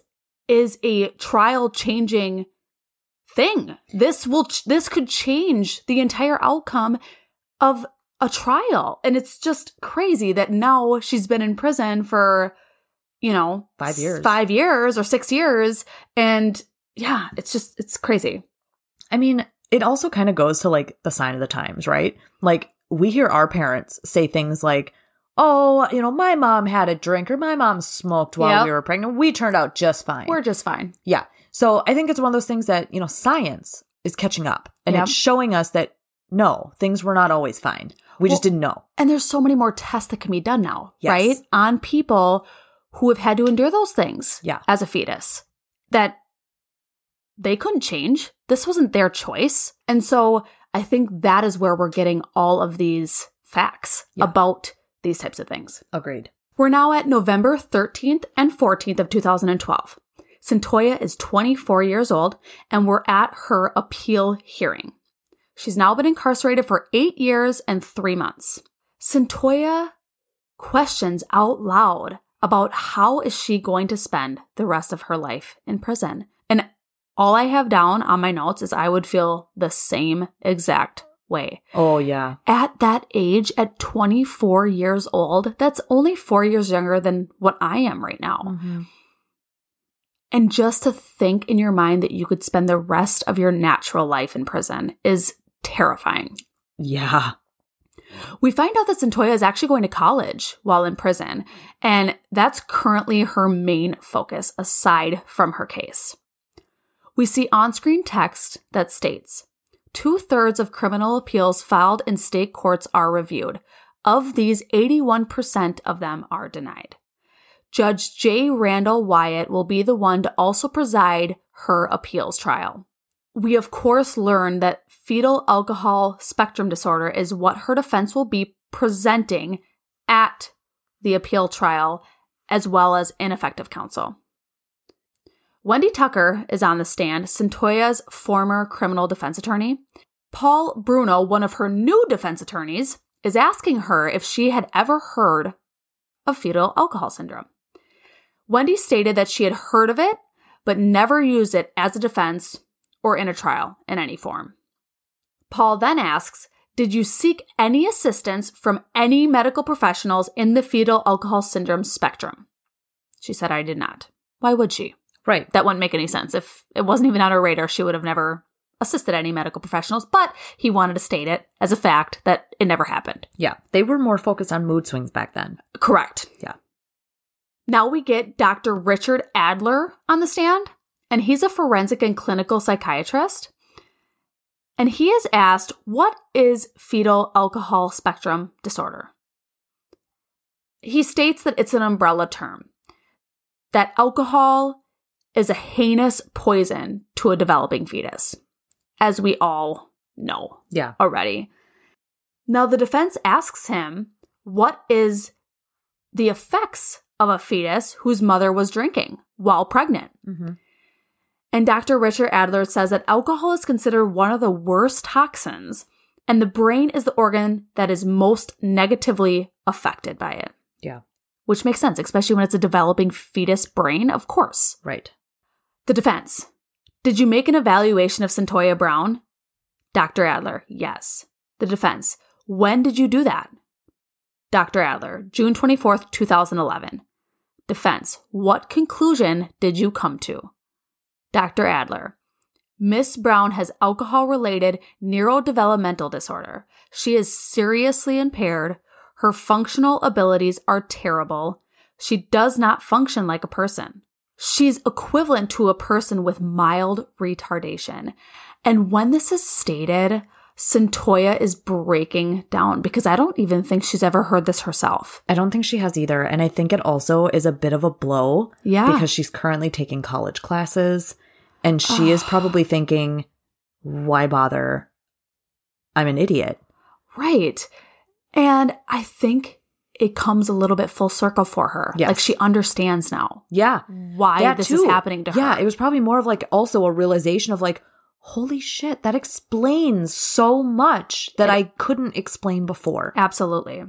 B: is a trial changing thing. This will ch- this could change the entire outcome of a trial. And it's just crazy that now she's been in prison for you know,
A: Five
B: s-
A: years.
B: 5 years or 6 years and yeah, it's just it's crazy.
A: I mean, it also kind of goes to like the sign of the times, right? Like we hear our parents say things like, "Oh, you know, my mom had a drink or my mom smoked while
B: Yep.
A: we were pregnant. We turned out just fine."
B: We're just fine.
A: yeah. So, I think it's one of those things that, you know, science is catching up and
B: Yep.
A: it's showing us that no, things were not always fine. We just
B: Well-
A: didn't know.
B: And there's so many more tests that can be done now,
A: Yes.
B: right? On people who have had to endure those things
A: Yeah.
B: as a fetus that they couldn't change. This wasn't their choice. And so I think that is where we're getting all of these facts
A: Yeah.
B: about these types of things.
A: Agreed.
B: We're now at November 13th and 14th of 2012. Santoya is 24 years old and we're at her appeal hearing. She's now been incarcerated for eight years and three months. Santoya questions out loud about how is she going to spend the rest of her life in prison. And all I have down on my notes is I would feel the same exact way.
A: Oh, yeah.
B: At that age, at 24 years old, that's only four years younger than what I am right now.
A: Mm.
B: And just to think in your mind that you could spend the rest of your natural life in prison is terrifying.
A: Yeah.
B: We find out that Santoya is actually going to college while in prison, and that's currently her main focus aside from her case. We see on screen text that states two thirds of criminal appeals filed in state courts are reviewed. Of these, 81% of them are denied. Judge J. Randall Wyatt will be the one to also preside her appeals trial. We, of course, learn that fetal alcohol spectrum disorder is what her defense will be presenting at the appeal trial, as well as ineffective counsel. Wendy Tucker is on the stand, Centoya's former criminal defense attorney. Paul Bruno, one of her new defense attorneys, is asking her if she had ever heard of fetal alcohol syndrome. Wendy stated that she had heard of it, but never used it as a defense or in a trial in any form. Paul then asks, Did you seek any assistance from any medical professionals in the fetal alcohol syndrome spectrum? She said, I did not. Why would she?
A: Right.
B: That wouldn't make any sense. If it wasn't even on her radar, she would have never assisted any medical professionals, but he wanted to state it as a fact that it never happened.
A: Yeah. They were more focused on mood swings back then.
B: Correct.
A: Yeah.
B: Now we get Dr. Richard Adler on the stand, and he's a forensic and clinical psychiatrist. And he is asked, What is fetal alcohol spectrum disorder? He states that it's an umbrella term, that alcohol is a heinous poison to a developing fetus, as we all know
A: Yeah.
B: already. Now, the defense asks him, What is the effects of a fetus whose mother was drinking while pregnant?
A: Mm-hmm.
B: And Dr. Richard Adler says that alcohol is considered one of the worst toxins, and the brain is the organ that is most negatively affected by it.
A: Yeah.
B: Which makes sense, especially when it's a developing fetus brain, of course.
A: Right.
B: The defense. Did you make an evaluation of Centoya Brown? Dr. Adler. Yes. The defense. When did you do that? Dr. Adler. June 24th, 2011. Defense. What conclusion did you come to? Dr. Adler. Miss Brown has alcohol related neurodevelopmental disorder. She is seriously impaired. Her functional abilities are terrible. She does not function like a person. She's equivalent to a person with mild retardation. And when this is stated, Centoya is breaking down because I don't even think she's ever heard this herself.
A: I don't think she has either. And I think it also is a bit of a blow
B: Yeah.
A: because she's currently taking college classes and she is probably thinking, why bother? I'm an idiot.
B: Right. And I think it comes a little bit full circle for her.
A: Yes.
B: Like she understands now
A: Yeah.
B: why
A: That
B: this is
A: too.
B: happening to her.
A: Yeah, it was probably more of like also a realization of like, holy shit, that explains so much that I couldn't explain before.
B: Absolutely.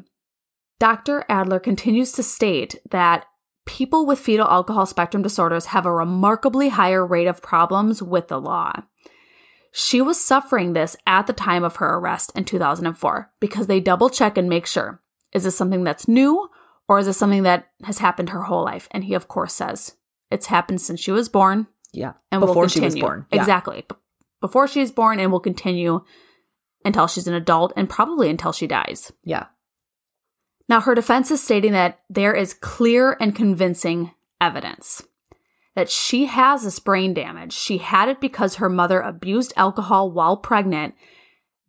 B: Dr. Adler continues to state that people with fetal alcohol spectrum disorders have a remarkably higher rate of problems with the law. She was suffering this at the time of her arrest in 2004 because they double check and make sure is this something that's new or is this something that has happened her whole life? And he, of course, says it's happened since she was born
A: Yeah.
B: and
A: before
B: will
A: she
B: continue.
A: was born. Yeah.
B: Exactly. B- Before she is born and will continue until she's an adult and probably until she dies.
A: Yeah.
B: Now, her defense is stating that there is clear and convincing evidence that she has this brain damage. She had it because her mother abused alcohol while pregnant.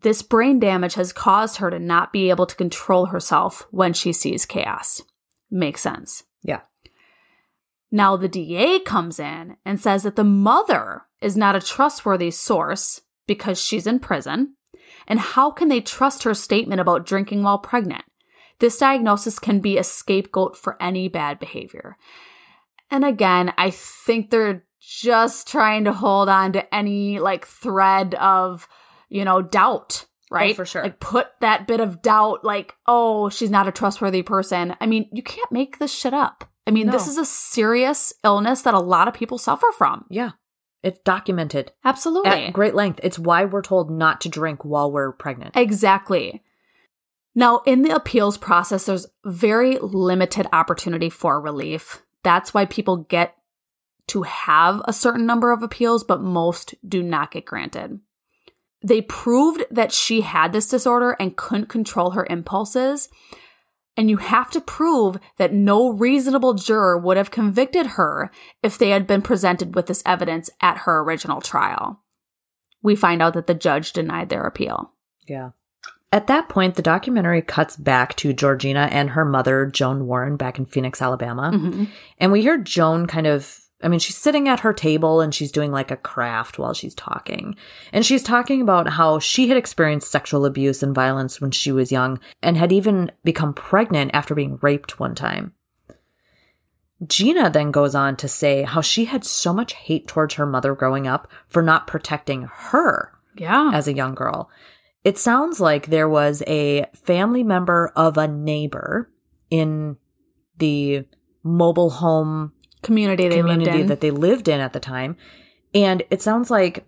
B: This brain damage has caused her to not be able to control herself when she sees chaos. Makes sense.
A: Yeah.
B: Now, the DA comes in and says that the mother is not a trustworthy source because she's in prison. And how can they trust her statement about drinking while pregnant? This diagnosis can be a scapegoat for any bad behavior. And again, I think they're just trying to hold on to any like thread of, you know, doubt, right?
A: Oh, for sure.
B: Like put that bit of doubt, like, oh, she's not a trustworthy person. I mean, you can't make this shit up. I mean, this
A: No.
B: is a serious illness that a lot of people suffer from.
A: Yeah. It's documented
B: Absolutely.
A: at great length. It's why we're told not to drink while we're pregnant.
B: Exactly. Now, in the appeals process, there's very limited opportunity for relief. That's why people get to have a certain number of appeals, but most do not get granted. They proved that she had this disorder and couldn't control her impulses. And you have to prove that no reasonable juror would have convicted her if they had been presented with this evidence at her original trial. We find out that the judge denied their appeal.
A: Yeah. At that point, the documentary cuts back to Georgina and her mother, Joan Warren, back in Phoenix, Alabama.
B: Mhm.
A: And we hear Joan kind of, I mean, she's sitting at her table and she's doing like a craft while she's talking. And she's talking about how she had experienced sexual abuse and violence when she was young and had even become pregnant after being raped one time. Gina then goes on to say how she had so much hate towards her mother growing up for not protecting her
B: Yeah.
A: as a young girl. It sounds like there was a family member of a neighbor in the mobile home
B: community they lived
A: community
B: in.
A: that they lived in at the time. And it sounds like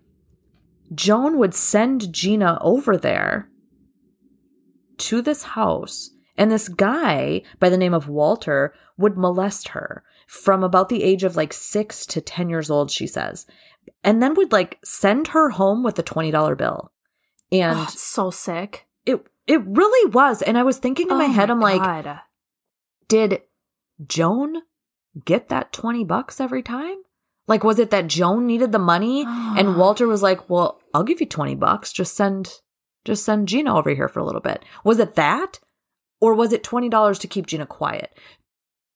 A: Joan would send Gina over there to this house. And this guy by the name of Walter would molest her from about the age of like six to 10 years old, she says. And then would like send her home with a $20 bill. And
B: Oh, it's so sick.
A: it, it really was. And I was thinking in my
B: Oh
A: head, I'm like,
B: God.
A: did Joan get that 20 bucks every time? Like, was it that Joan needed the money and Walter was like, well, I'll give you 20 bucks. Just send, just send Gina over here for a little bit. Was it that? Or was it $20 to keep Gina quiet?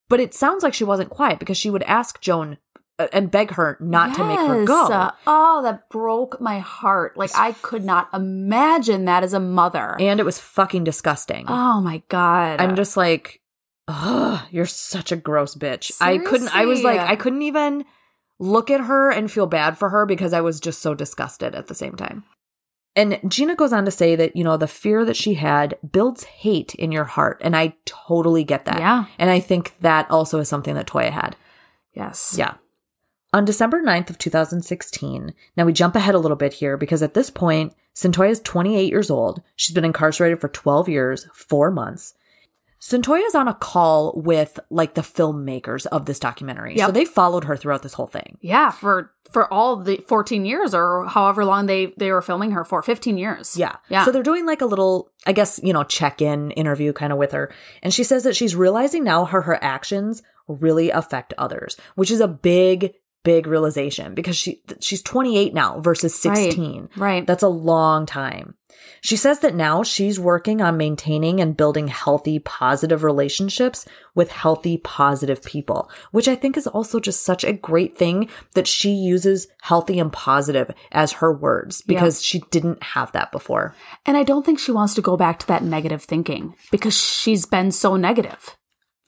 A: But it sounds like she wasn't quiet because she would ask Joan uh, and beg her not to make her
B: Yes.
A: go.
B: Uh, oh, that broke my heart. Like I could not imagine that as a mother.
A: and it was fucking disgusting.
B: oh my god.
A: I'm just like, ugh, you're such a gross bitch. I couldn't, I was like,
B: Seriously.
A: I couldn't even look at her and feel bad for her because I was just so disgusted at the same time. And Gina goes on to say that, you know, the fear that she had builds hate in your heart. And I totally get that.
B: Yeah.
A: And I think that also is something that Toya had.
B: yes.
A: Yeah. On December 9th of 2016, now we jump ahead a little bit here because at this point, Centoya is 28 years old. She's been incarcerated for 12 years, 4 months. Centoya is on a call with like the filmmakers of this documentary. So
B: Yep.
A: they followed her throughout this whole thing.
B: Yeah, for for all the 14 years or however long they they were filming her for, 15 years.
A: Yeah.
B: Yeah.
A: So they're doing like a little, I guess, you know, check in interview kind of with her. And she says that she's realizing now how her actions really affect others, which is a big, big realization because she she's 28 now versus 16.
B: Right.
A: That's a long time. She says that now she's working on maintaining and building healthy, positive relationships with healthy, positive people, which I think is also just such a great thing that she uses healthy and positive as her words because she didn't have that before.
B: and I don't think she wants to go back to that negative thinking because she's been so negative.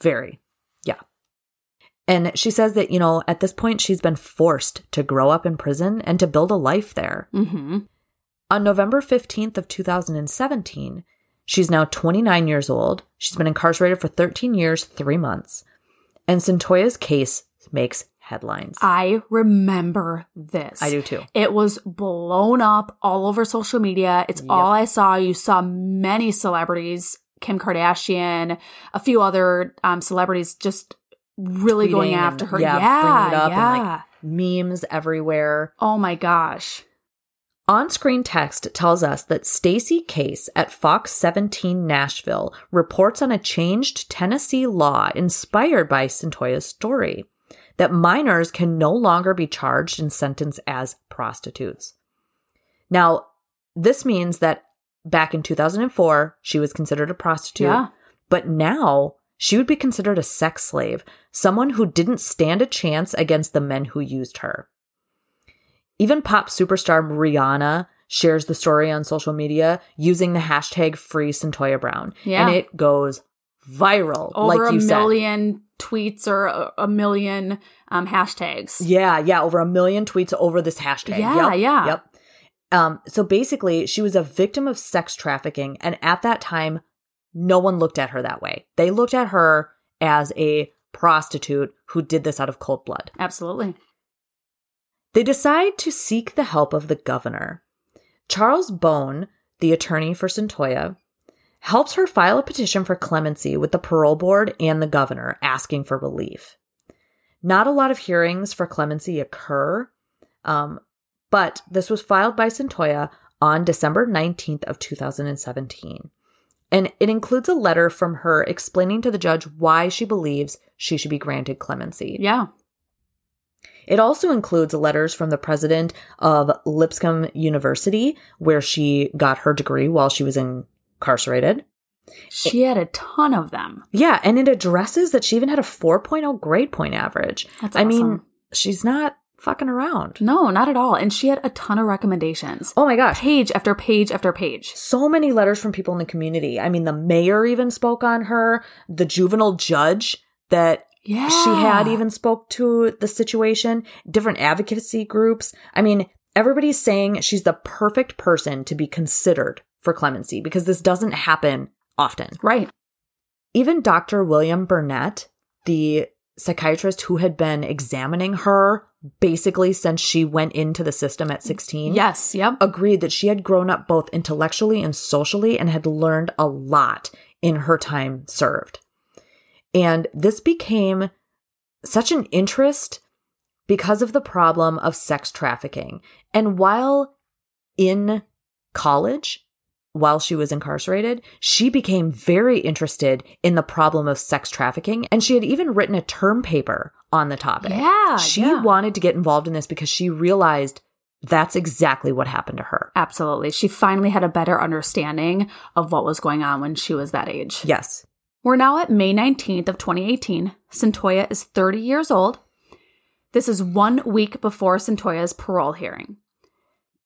A: Very. Yeah. And she says that, you know, at this point, she's been forced to grow up in prison and to build a life there.
B: Mhm.
A: On November 15th of 2017, she's now 29 years old. She's been incarcerated for 13 years, 3 months. And Centoya's case makes headlines.
B: I remember this.
A: I do too.
B: It was blown up all over social media. It's
A: Yep.
B: all I saw. You saw many celebrities, Kim Kardashian, a few other um, celebrities just really going
A: Tweeting
B: after
A: and-
B: her. Yeah.
A: yeah,
B: Yeah.
A: bringing it up and, like- Memes everywhere.
B: oh my gosh.
A: On-screen text tells us that Stacy Case at Fox 17 Nashville reports on a changed Tennessee law inspired by Centoya's story that minors can no longer be charged and sentenced as prostitutes. Now, this means that back in 2004, she was considered a prostitute,
B: Yeah.
A: but now she would be considered a sex slave, someone who didn't stand a chance against the men who used her. Even pop superstar Rihanna shares the story on social media using the hashtag free Centoya Brown.
B: Yeah.
A: And it goes viral.
B: Over
A: like
B: a
A: you said.
B: million tweets or a, a million um, hashtags.
A: Yeah, yeah, over a million tweets over this hashtag.
B: Yeah,
A: Yep,
B: yeah.
A: Yep. Um, so basically, she was a victim of sex trafficking, and at that time, no one looked at her that way. They looked at her as a prostitute who did this out of cold blood.
B: Absolutely.
A: They decide to seek the help of the governor. Charles Bone, the attorney for Centoya, helps her file a petition for clemency with the parole board and the governor asking for relief. Not a lot of hearings for clemency occur, um, but this was filed by Centoya on December 19th of 2017. And it includes a letter from her explaining to the judge why she believes she should be granted clemency.
B: Yeah.
A: It also includes letters from the president of Lipscomb University, where she got her degree while she was incarcerated.
B: She had a ton of them.
A: Yeah, and it addresses that she even had a 4.0 grade point average.
B: That's
A: I mean,
B: awesome.
A: she's not fucking around.
B: No, not at all. And she had a ton of recommendations.
A: Oh my gosh.
B: Page after page after page.
A: So many letters from people in the community. I mean, the mayor even spoke on her, the juvenile judge that
B: Yeah.
A: she
B: Ah.
A: had even spoke to the situation, different advocacy groups. I mean, everybody's saying she's the perfect person to be considered for clemency because this doesn't happen often.
B: Right.
A: Even Dr. William Burnett, the psychiatrist who had been examining her basically since she went into the system at 16,
B: Yes. Yep.
A: agreed that she had grown up both intellectually and socially and had learned a lot in her time served. And this became such an interest because of the problem of sex trafficking. And while in college, while she was incarcerated, she became very interested in the problem of sex trafficking. And she had even written a term paper on the topic.
B: Yeah.
A: She
B: yeah.
A: wanted to get involved in this because she realized that's exactly what happened to her.
B: Absolutely. She finally had a better understanding of what was going on when she was that age.
A: Yes.
B: We're now at May 19th of 2018. Centoya is 30 years old. This is one week before Centoya's parole hearing.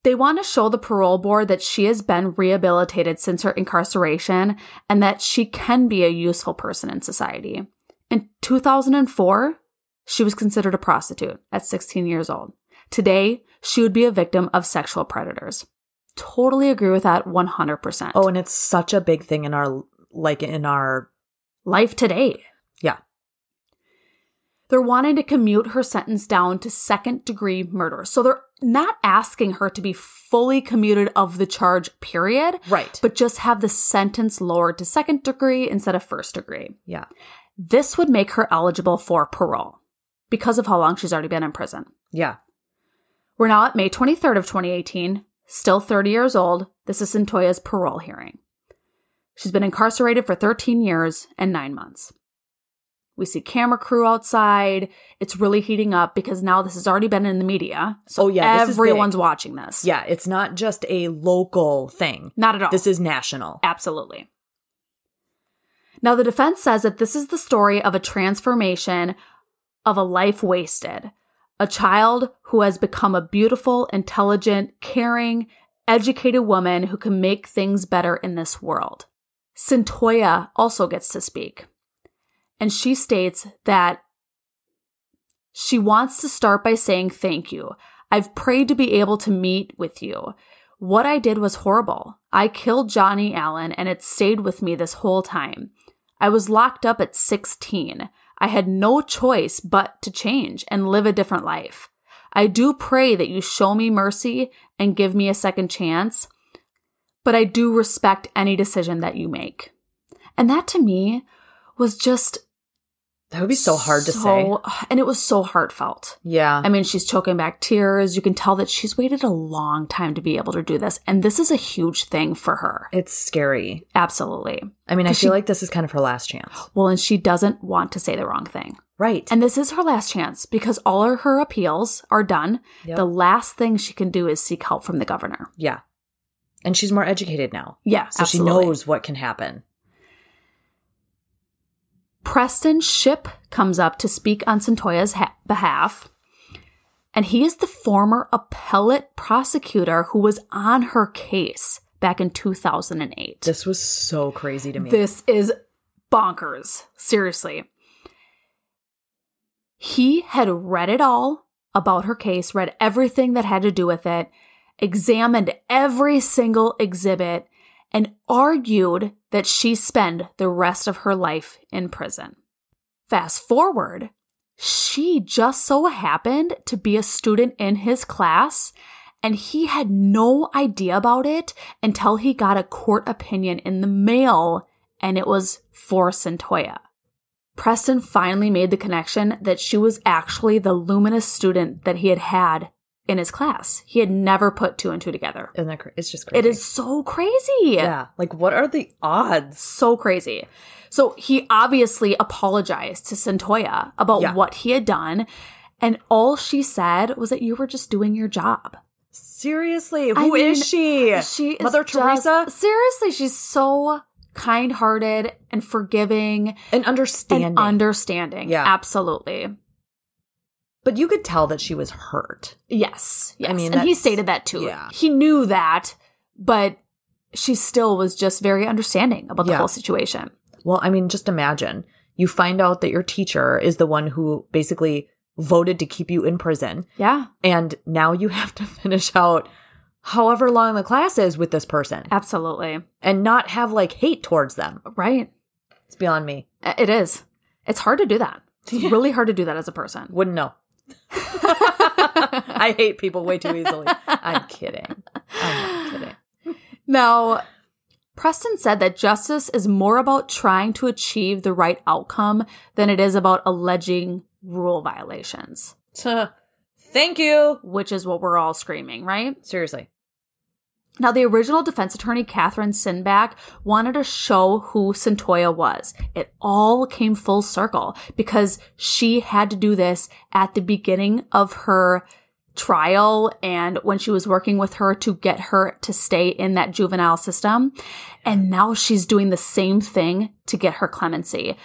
B: They want to show the parole board that she has been rehabilitated since her incarceration and that she can be a useful person in society. In 2004, she was considered a prostitute at 16 years old. Today, she would be a victim of sexual predators. Totally agree with that 100%.
A: Oh, and it's such a big thing in our like in our
B: life today.
A: yeah.
B: They're wanting to commute her sentence down to second degree murder. So they're not asking her to be fully commuted of the charge, period,
A: Right.
B: but just have the sentence lowered to second degree instead of first degree.
A: yeah.
B: This would make her eligible for parole because of how long she's already been in prison.
A: Yeah.
B: We're now at May 23rd of 2018, still 30 years old. This is Santoya's parole hearing. She's been incarcerated for 13 years and 9 months. We see camera crew outside. It's really heating up because now this has already been in the media. So
A: Oh, yeah, this is big.
B: everyone's watching this.
A: Yeah. It's not just a local thing.
B: Not at all.
A: This is national.
B: Absolutely. Now, the defense says that this is the story of a transformation of a life wasted, a child who has become a beautiful, intelligent, caring, educated woman who can make things better in this world. Centoya also gets to speak, and she states that she wants to start by saying thank you. I've prayed to be able to meet with you. What I did was horrible. I killed Johnny Allen and it stayed with me this whole time. I was locked up at 16. I had no choice but to change and live a different life. I do pray that you show me mercy and give me a second chance, but I do respect any decision that you make. And that to me was just
A: That would be so hard to say.
B: say. And it was so heartfelt.
A: Yeah.
B: I mean, she's choking back tears. You can tell that she's waited a long time to be able to do this. And this is a huge thing for her.
A: It's scary.
B: Absolutely.
A: I mean, I feel
B: 'Cause she-
A: like this is kind of her last chance.
B: Well, and she doesn't want to say the wrong thing.
A: Right.
B: And this is her last chance because all of her appeals are done.
A: Yep.
B: The last thing she can do is seek help from the governor.
A: yeah. And she's more educated now.
B: Yeah.
A: So
B: absolutely.
A: she knows what can happen.
B: Preston Ship comes up to speak on Santoya's ha- behalf, and he is the former appellate prosecutor who was on her case back in 2008.
A: This was so crazy to me.
B: This is bonkers. Seriously. He had read it all about her case, read everything that had to do with it, examined every single exhibit, and argued that she spend the rest of her life in prison. Fast forward, she just so happened to be a student in his class and he had no idea about it until he got a court opinion in the mail and it was for Centoya. Preston finally made the connection that she was actually the luminous student that he had had in his class. He had never put two and two together.
A: Isn't that cra- it's just crazy.
B: It is so crazy.
A: Yeah. Like what are the odds?
B: So crazy. So he obviously apologized to Centoya about
A: Yeah.
B: what he had done. And all she said was that you were just doing your job.
A: Seriously,
B: I
A: who is
B: mean,
A: she?
B: She is
A: Mother
B: just-
A: Teresa
B: Seriously, she's so kind hearted and forgiving
A: and understanding.
B: and understanding.
A: Yeah.
B: Absolutely.
A: But you could tell that she was hurt.
B: Yes. yes.
A: mean,
B: and he
A: that's-
B: stated that too.
A: yeah.
B: He knew that, but she still was just very understanding about the
A: Yeah.
B: whole situation.
A: Well, I mean, just imagine you find out that your teacher is the one who basically voted to keep you in prison.
B: Yeah,
A: And now you have to finish out however long the class is with this person
B: absolutely.
A: and not have like hate towards them.
B: Right.
A: It's beyond me.
B: I- It is. It's hard to do that. It's really hard to do that as a person.
A: Wouldn't know. I hate people way too easily. I'm kidding. I'm not kidding.
B: Now, Preston said that justice is more about trying to achieve the right outcome than it is about alleging rule violations,
A: Tuh. Thank you.
B: which is what we're all screaming, right?
A: Seriously.
B: Now, the original defense attorney, Catherine Sinback, wanted to show who Centoya was. It all came full circle because she had to do this at the beginning of her trial and when she was working with her to get her to stay in that juvenile system. And now she's doing the same thing to get her clemency.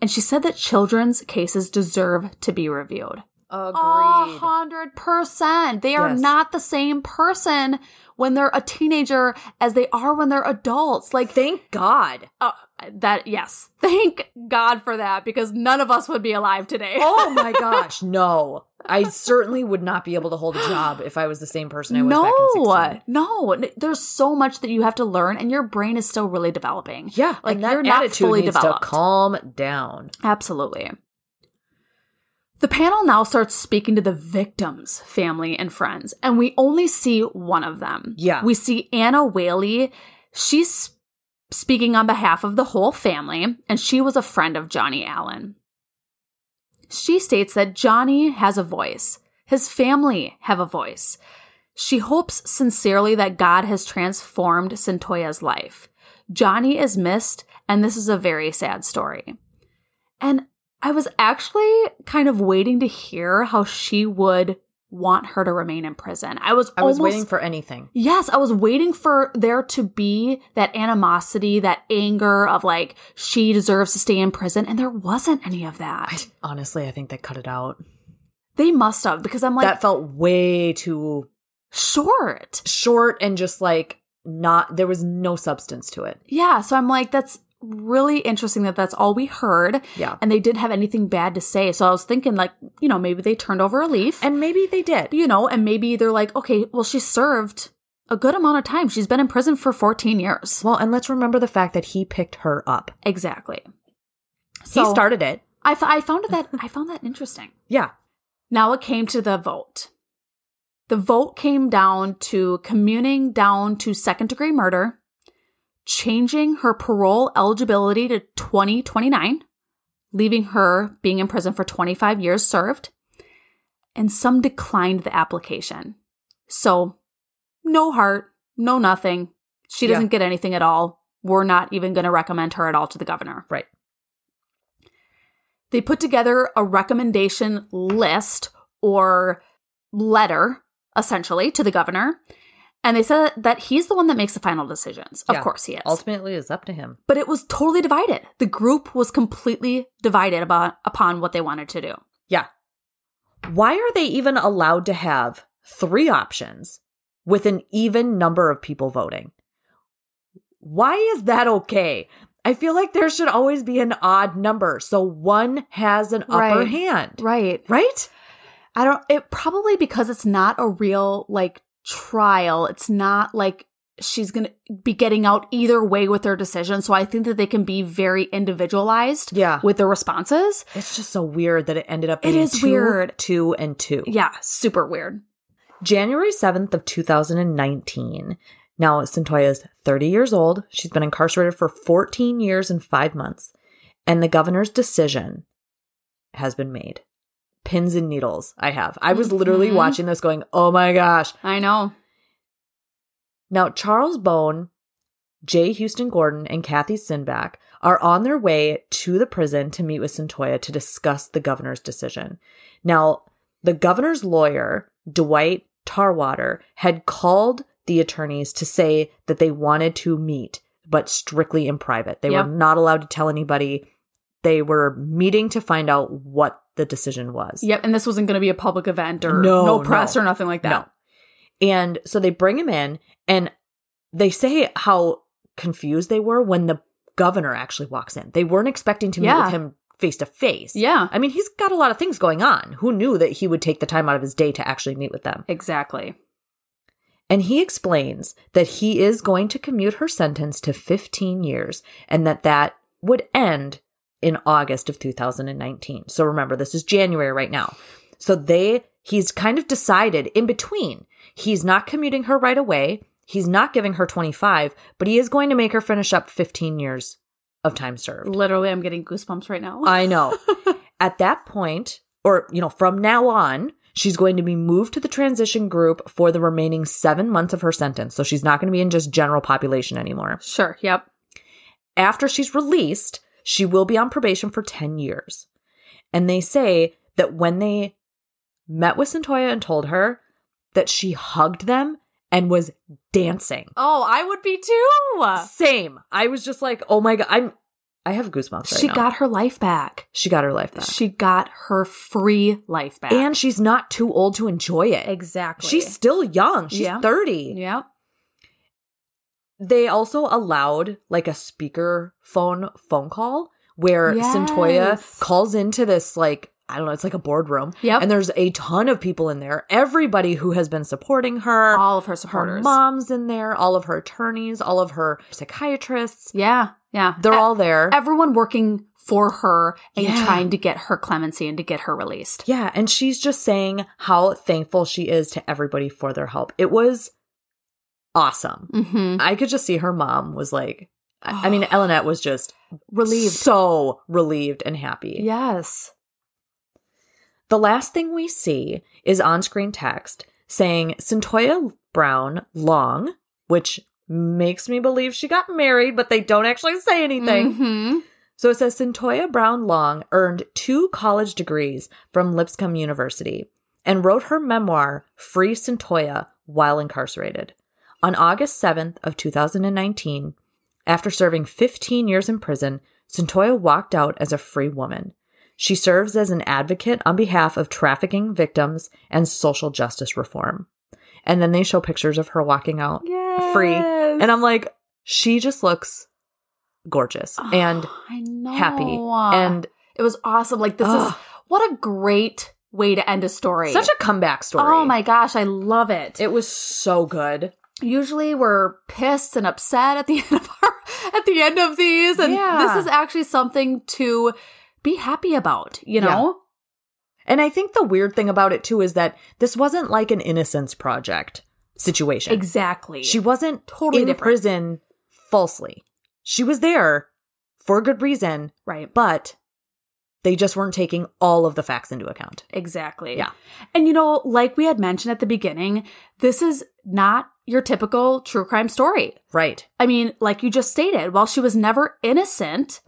B: And she said that children's cases deserve to be reviewed. A
A: Agreed.
B: hundred percent. They are
A: Yes.
B: not the same person when they're a teenager as they are when they're adults. Like
A: Thank God.
B: uh, that. Yes, thank God for that because none of us would be alive today.
A: Oh my gosh, no. I certainly would not be able to hold a job if I was the same person I was back in 16.
B: no, no. N- There's so much that you have to learn, and your brain is still really developing.
A: Yeah,
B: Like,
A: and that
B: you're not
A: attitude
B: fully
A: needs
B: developed.
A: to calm down.
B: Absolutely. The panel now starts speaking to the victims, family, and friends, and we only see one of them.
A: Yeah.
B: We see Anna Whaley. She's speaking on behalf of the whole family, and she was a friend of Johnny Allen. She states that Johnny has a voice, his family have a voice. She hopes sincerely that God has transformed Centoya's life. Johnny is missed, and this is a very sad story. And I was actually kind of waiting to hear how she would want her to remain in prison. I was
A: I was
B: almost
A: waiting for anything.
B: Yes, I was waiting for there to be that animosity, that anger of like, she deserves to stay in prison. And there wasn't any of
A: I,
B: that.
A: honestly, I think they cut it out.
B: They must have, because I'm like,
A: that felt way too
B: short.
A: short and just like not, there was no substance to it.
B: Yeah. So I'm like, that's really interesting that that's all we heard.
A: Yeah.
B: And they didn't have anything bad to say. So I was thinking, like, you know, maybe they turned over a leaf.
A: And maybe they did.
B: you know, and maybe they're like, okay, well, she served a good amount of time. She's been in prison for 14 years.
A: Well, and let's remember the fact that he picked her up.
B: Exactly.
A: he
B: So-
A: started it.
B: I, f- I found that I found that interesting.
A: Yeah.
B: Now it came to the vote. The vote came down to communing down to second degree murder, changing her parole eligibility to 2029, leaving her being in prison for 25 years served, and some declined the application. So, no heart, no nothing. She
A: Yeah.
B: doesn't get anything at all. We're not even going to recommend her at all to the governor
A: Right.
B: they put together a recommendation list or letter essentially to the governor and they said that he's the one that makes the final decisions of
A: Yeah.
B: course he is
A: Ultimately, it's up to him.
B: but it was totally divided the group was completely divided about upon what they wanted to do
A: Yeah. Why are they even allowed to have three options with an even number of people voting? Why is that okay? I feel like there should always be an odd number so one has an upper
B: Right.
A: hand.
B: right
A: Right?
B: i don't it probably because it's not a real like trial it's not like she's going to be getting out either way with their decision so i think that they can be very individualized
A: Yeah.
B: with their responses
A: It's just so weird that it ended up
B: It
A: being
B: is
A: two,
B: weird.
A: two and two.
B: Yeah, super weird.
A: January 7th of 2019. Now, Centoya's 30 years old. She's been incarcerated for 14 years and 5 months, and the governor's decision has been made. Pins and needles, I have. I was literally
B: Mhm.
A: watching this going, "Oh my gosh."
B: I know.
A: Now, Charles Bone, Jay Houston Gordon, and Kathy Sinback are on their way to the prison to meet with Centoya to discuss the governor's decision. Now, the governor's lawyer, Dwight Tarwater, had called the attorneys to say that they wanted to meet, but strictly in private. They
B: Yep.
A: were not allowed to tell anybody They were meeting to find out what the decision was.
B: Yep, and this wasn't going to be a public event or
A: No,
B: no, press
A: no.
B: or nothing like that.
A: No. And so they bring him in and they say how confused they were when the governor actually walks in. They weren't expecting to meet
B: Yeah.
A: with him face to face.
B: Yeah,
A: I mean, he's got a lot of things going on. Who knew that he would take the time out of his day to actually meet with them?
B: exactly.
A: And he explains that he is going to commute her sentence to 15 years and that that would end in August of 2019. So remember, this is January right now. So they, he's kind of decided in between. He's not commuting her right away. He's not giving her 25, but he is going to make her finish up 15 years of time served.
B: Literally, I'm getting goosebumps right now.
A: I know. At that point, or, you know, from now on, she's going to be moved to the transition group for the remaining seven months of her sentence. So she's not going to be in just general population anymore.
B: sure. Yep.
A: After she's released, she will be on probation for 10 years. And they say that when they met with Santoya and told her that she hugged them and was dancing.
B: Oh, I would be too.
A: Same. I was just like, oh my God, I'm, I have goosebumps right
B: she
A: now.
B: got her life back.
A: she got her life back.
B: She got her free life back.
A: and she's not too old to enjoy it.
B: exactly.
A: She's still young. She's
B: Yeah.
A: 30.
B: Yep.
A: They also allowed like a speaker phone phone call where
B: Yes.
A: Santoya calls into this like I don't know, it's like a boardroom.
B: Yep.
A: And there's a ton of people in there. Everybody who has been supporting her.
B: all of her
A: her
B: supporters.
A: mom's in there, all of her attorneys, all of her psychiatrists.
B: Yeah. Yeah. E-
A: They're all there.
B: everyone working for her and
A: Yeah.
B: trying to get her clemency and to get her released.
A: Yeah, and she's just saying how thankful she is to everybody for their help. It was awesome.
B: Mm-hmm.
A: I could just see her mom was like, I I mean, Elinette was just
B: Relieved.
A: so relieved and happy.
B: yes.
A: The last thing we see is on screen text saying Centoya Brown Long, which makes me believe she got married, but they don't actually say anything.
B: Mhm.
A: So it says Centoya Brown Long earned two college degrees from Lipscomb University and wrote her memoir, Free Centoya, while incarcerated. On August 7th of 2019, after serving 15 years in prison, Centoya walked out as a free woman. She serves as an advocate on behalf of trafficking victims and social justice reform. And then they show pictures of her walking out
B: Mm-hmm.
A: free.
B: Yes.
A: And I'm like, she just looks gorgeous. And
B: Oh, I know.
A: happy and
B: it was awesome. Like this is
A: Ugh.
B: what a great way to end a story.
A: such a comeback story.
B: Oh my gosh, I love it.
A: It was so good.
B: Usually we're pissed and upset at the end of our at the end of these and
A: Yeah.
B: this is actually something to be happy about, you
A: Yeah.
B: know?
A: And I think the weird thing about it too is that this wasn't like an innocence project situation.
B: Exactly.
A: She wasn't
B: Totally
A: in
B: different.
A: prison falsely. She was there for a good reason,
B: right.
A: but they just weren't taking all of the facts into account.
B: Exactly.
A: Yeah.
B: And you know, like we had mentioned at the beginning, this is not your typical true crime story.
A: Right.
B: I mean, like you just stated, while she was never innocent,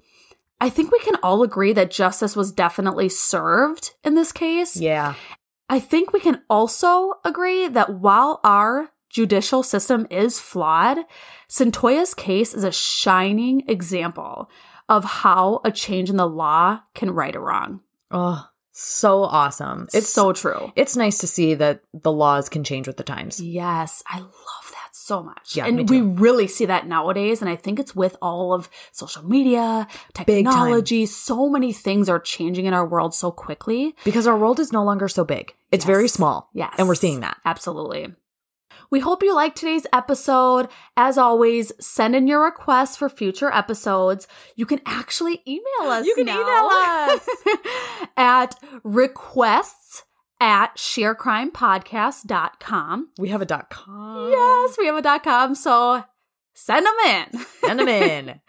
B: I think we can all agree that justice was definitely served in this case.
A: Yeah.
B: I think we can also agree that while our judicial system is flawed, Santoya's case is a shining example of how a change in the law can right a wrong.
A: Oh, so awesome.
B: It's so true.
A: it's nice to see that the laws can change with the times.
B: Yes, I love that so much.
A: Yeah, me
B: and we
A: too.
B: really see that nowadays. And I think it's with all of social media,
A: Big time.
B: technology. So many things are changing in our world so quickly.
A: Because our world is no longer so big. It's very
B: Yes.
A: small.
B: Yes.
A: And we're seeing that.
B: Absolutely. We hope you liked today's episode. As always, send in your requests for future episodes. You can actually email us.
A: You can
B: email us at requests at sharecrimepodcast.com.
A: We have a dot com.
B: Yes, we have a dot com, so send them in.
A: Send 'em in.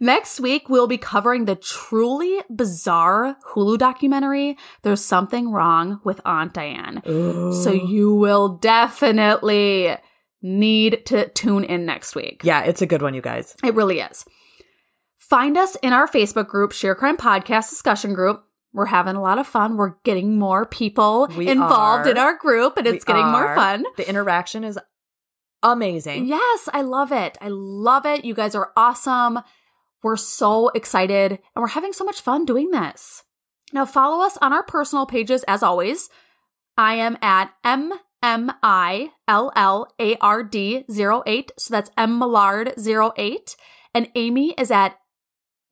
B: Next week, we'll be covering the truly bizarre Hulu documentary, There's Something Wrong with Aunt Diane. So you will definitely need to tune in next week.
A: yeah, it's a good one, you guys.
B: It really is. Find us in our Facebook group, Sheer Crime Podcast Discussion Group. We're having a lot of fun. We're getting more people
A: We
B: involved
A: are.
B: in our group, and it's
A: We
B: getting more
A: are.
B: fun.
A: The interaction is amazing.
B: Yes, I love it. I love it. You guys are awesome. We're so excited and we're having so much fun doing this. Now, follow us on our personal pages as always. I am at MMILLARD08, so that's M Millard08, and Amy is at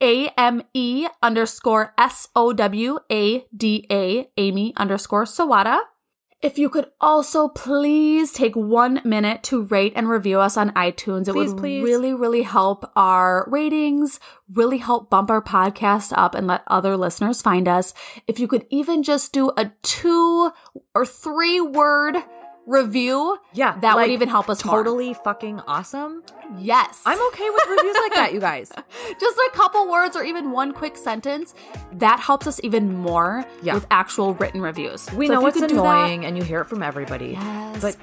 B: AME underscore S O W A D A, Amy underscore Sawada. If you could also please take one minute to rate and review us on iTunes, it
A: Please,
B: would
A: please.
B: really, really help our ratings, really help bump our podcast up and let other listeners find us. If you could even just do a two or three word review,
A: Yeah,
B: that
A: like,
B: would even help us more.
A: Totally fucking awesome.
B: Yes.
A: I'm okay with reviews like that, you guys.
B: just a couple words or even one quick sentence that helps us even more
A: Yeah.
B: with actual written reviews
A: We
B: So if
A: know
B: you
A: it's
B: could do that-
A: annoying and you hear it from everybody.
B: yes
A: But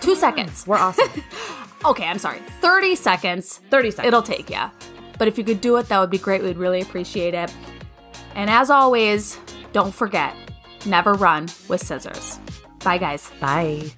B: two seconds
A: we're awesome.
B: okay i'm sorry 30 seconds
A: 30 seconds.
B: it'll take you but if you could do it that would be great we'd really appreciate it and as always don't forget never run with scissors bye guys
A: Bye.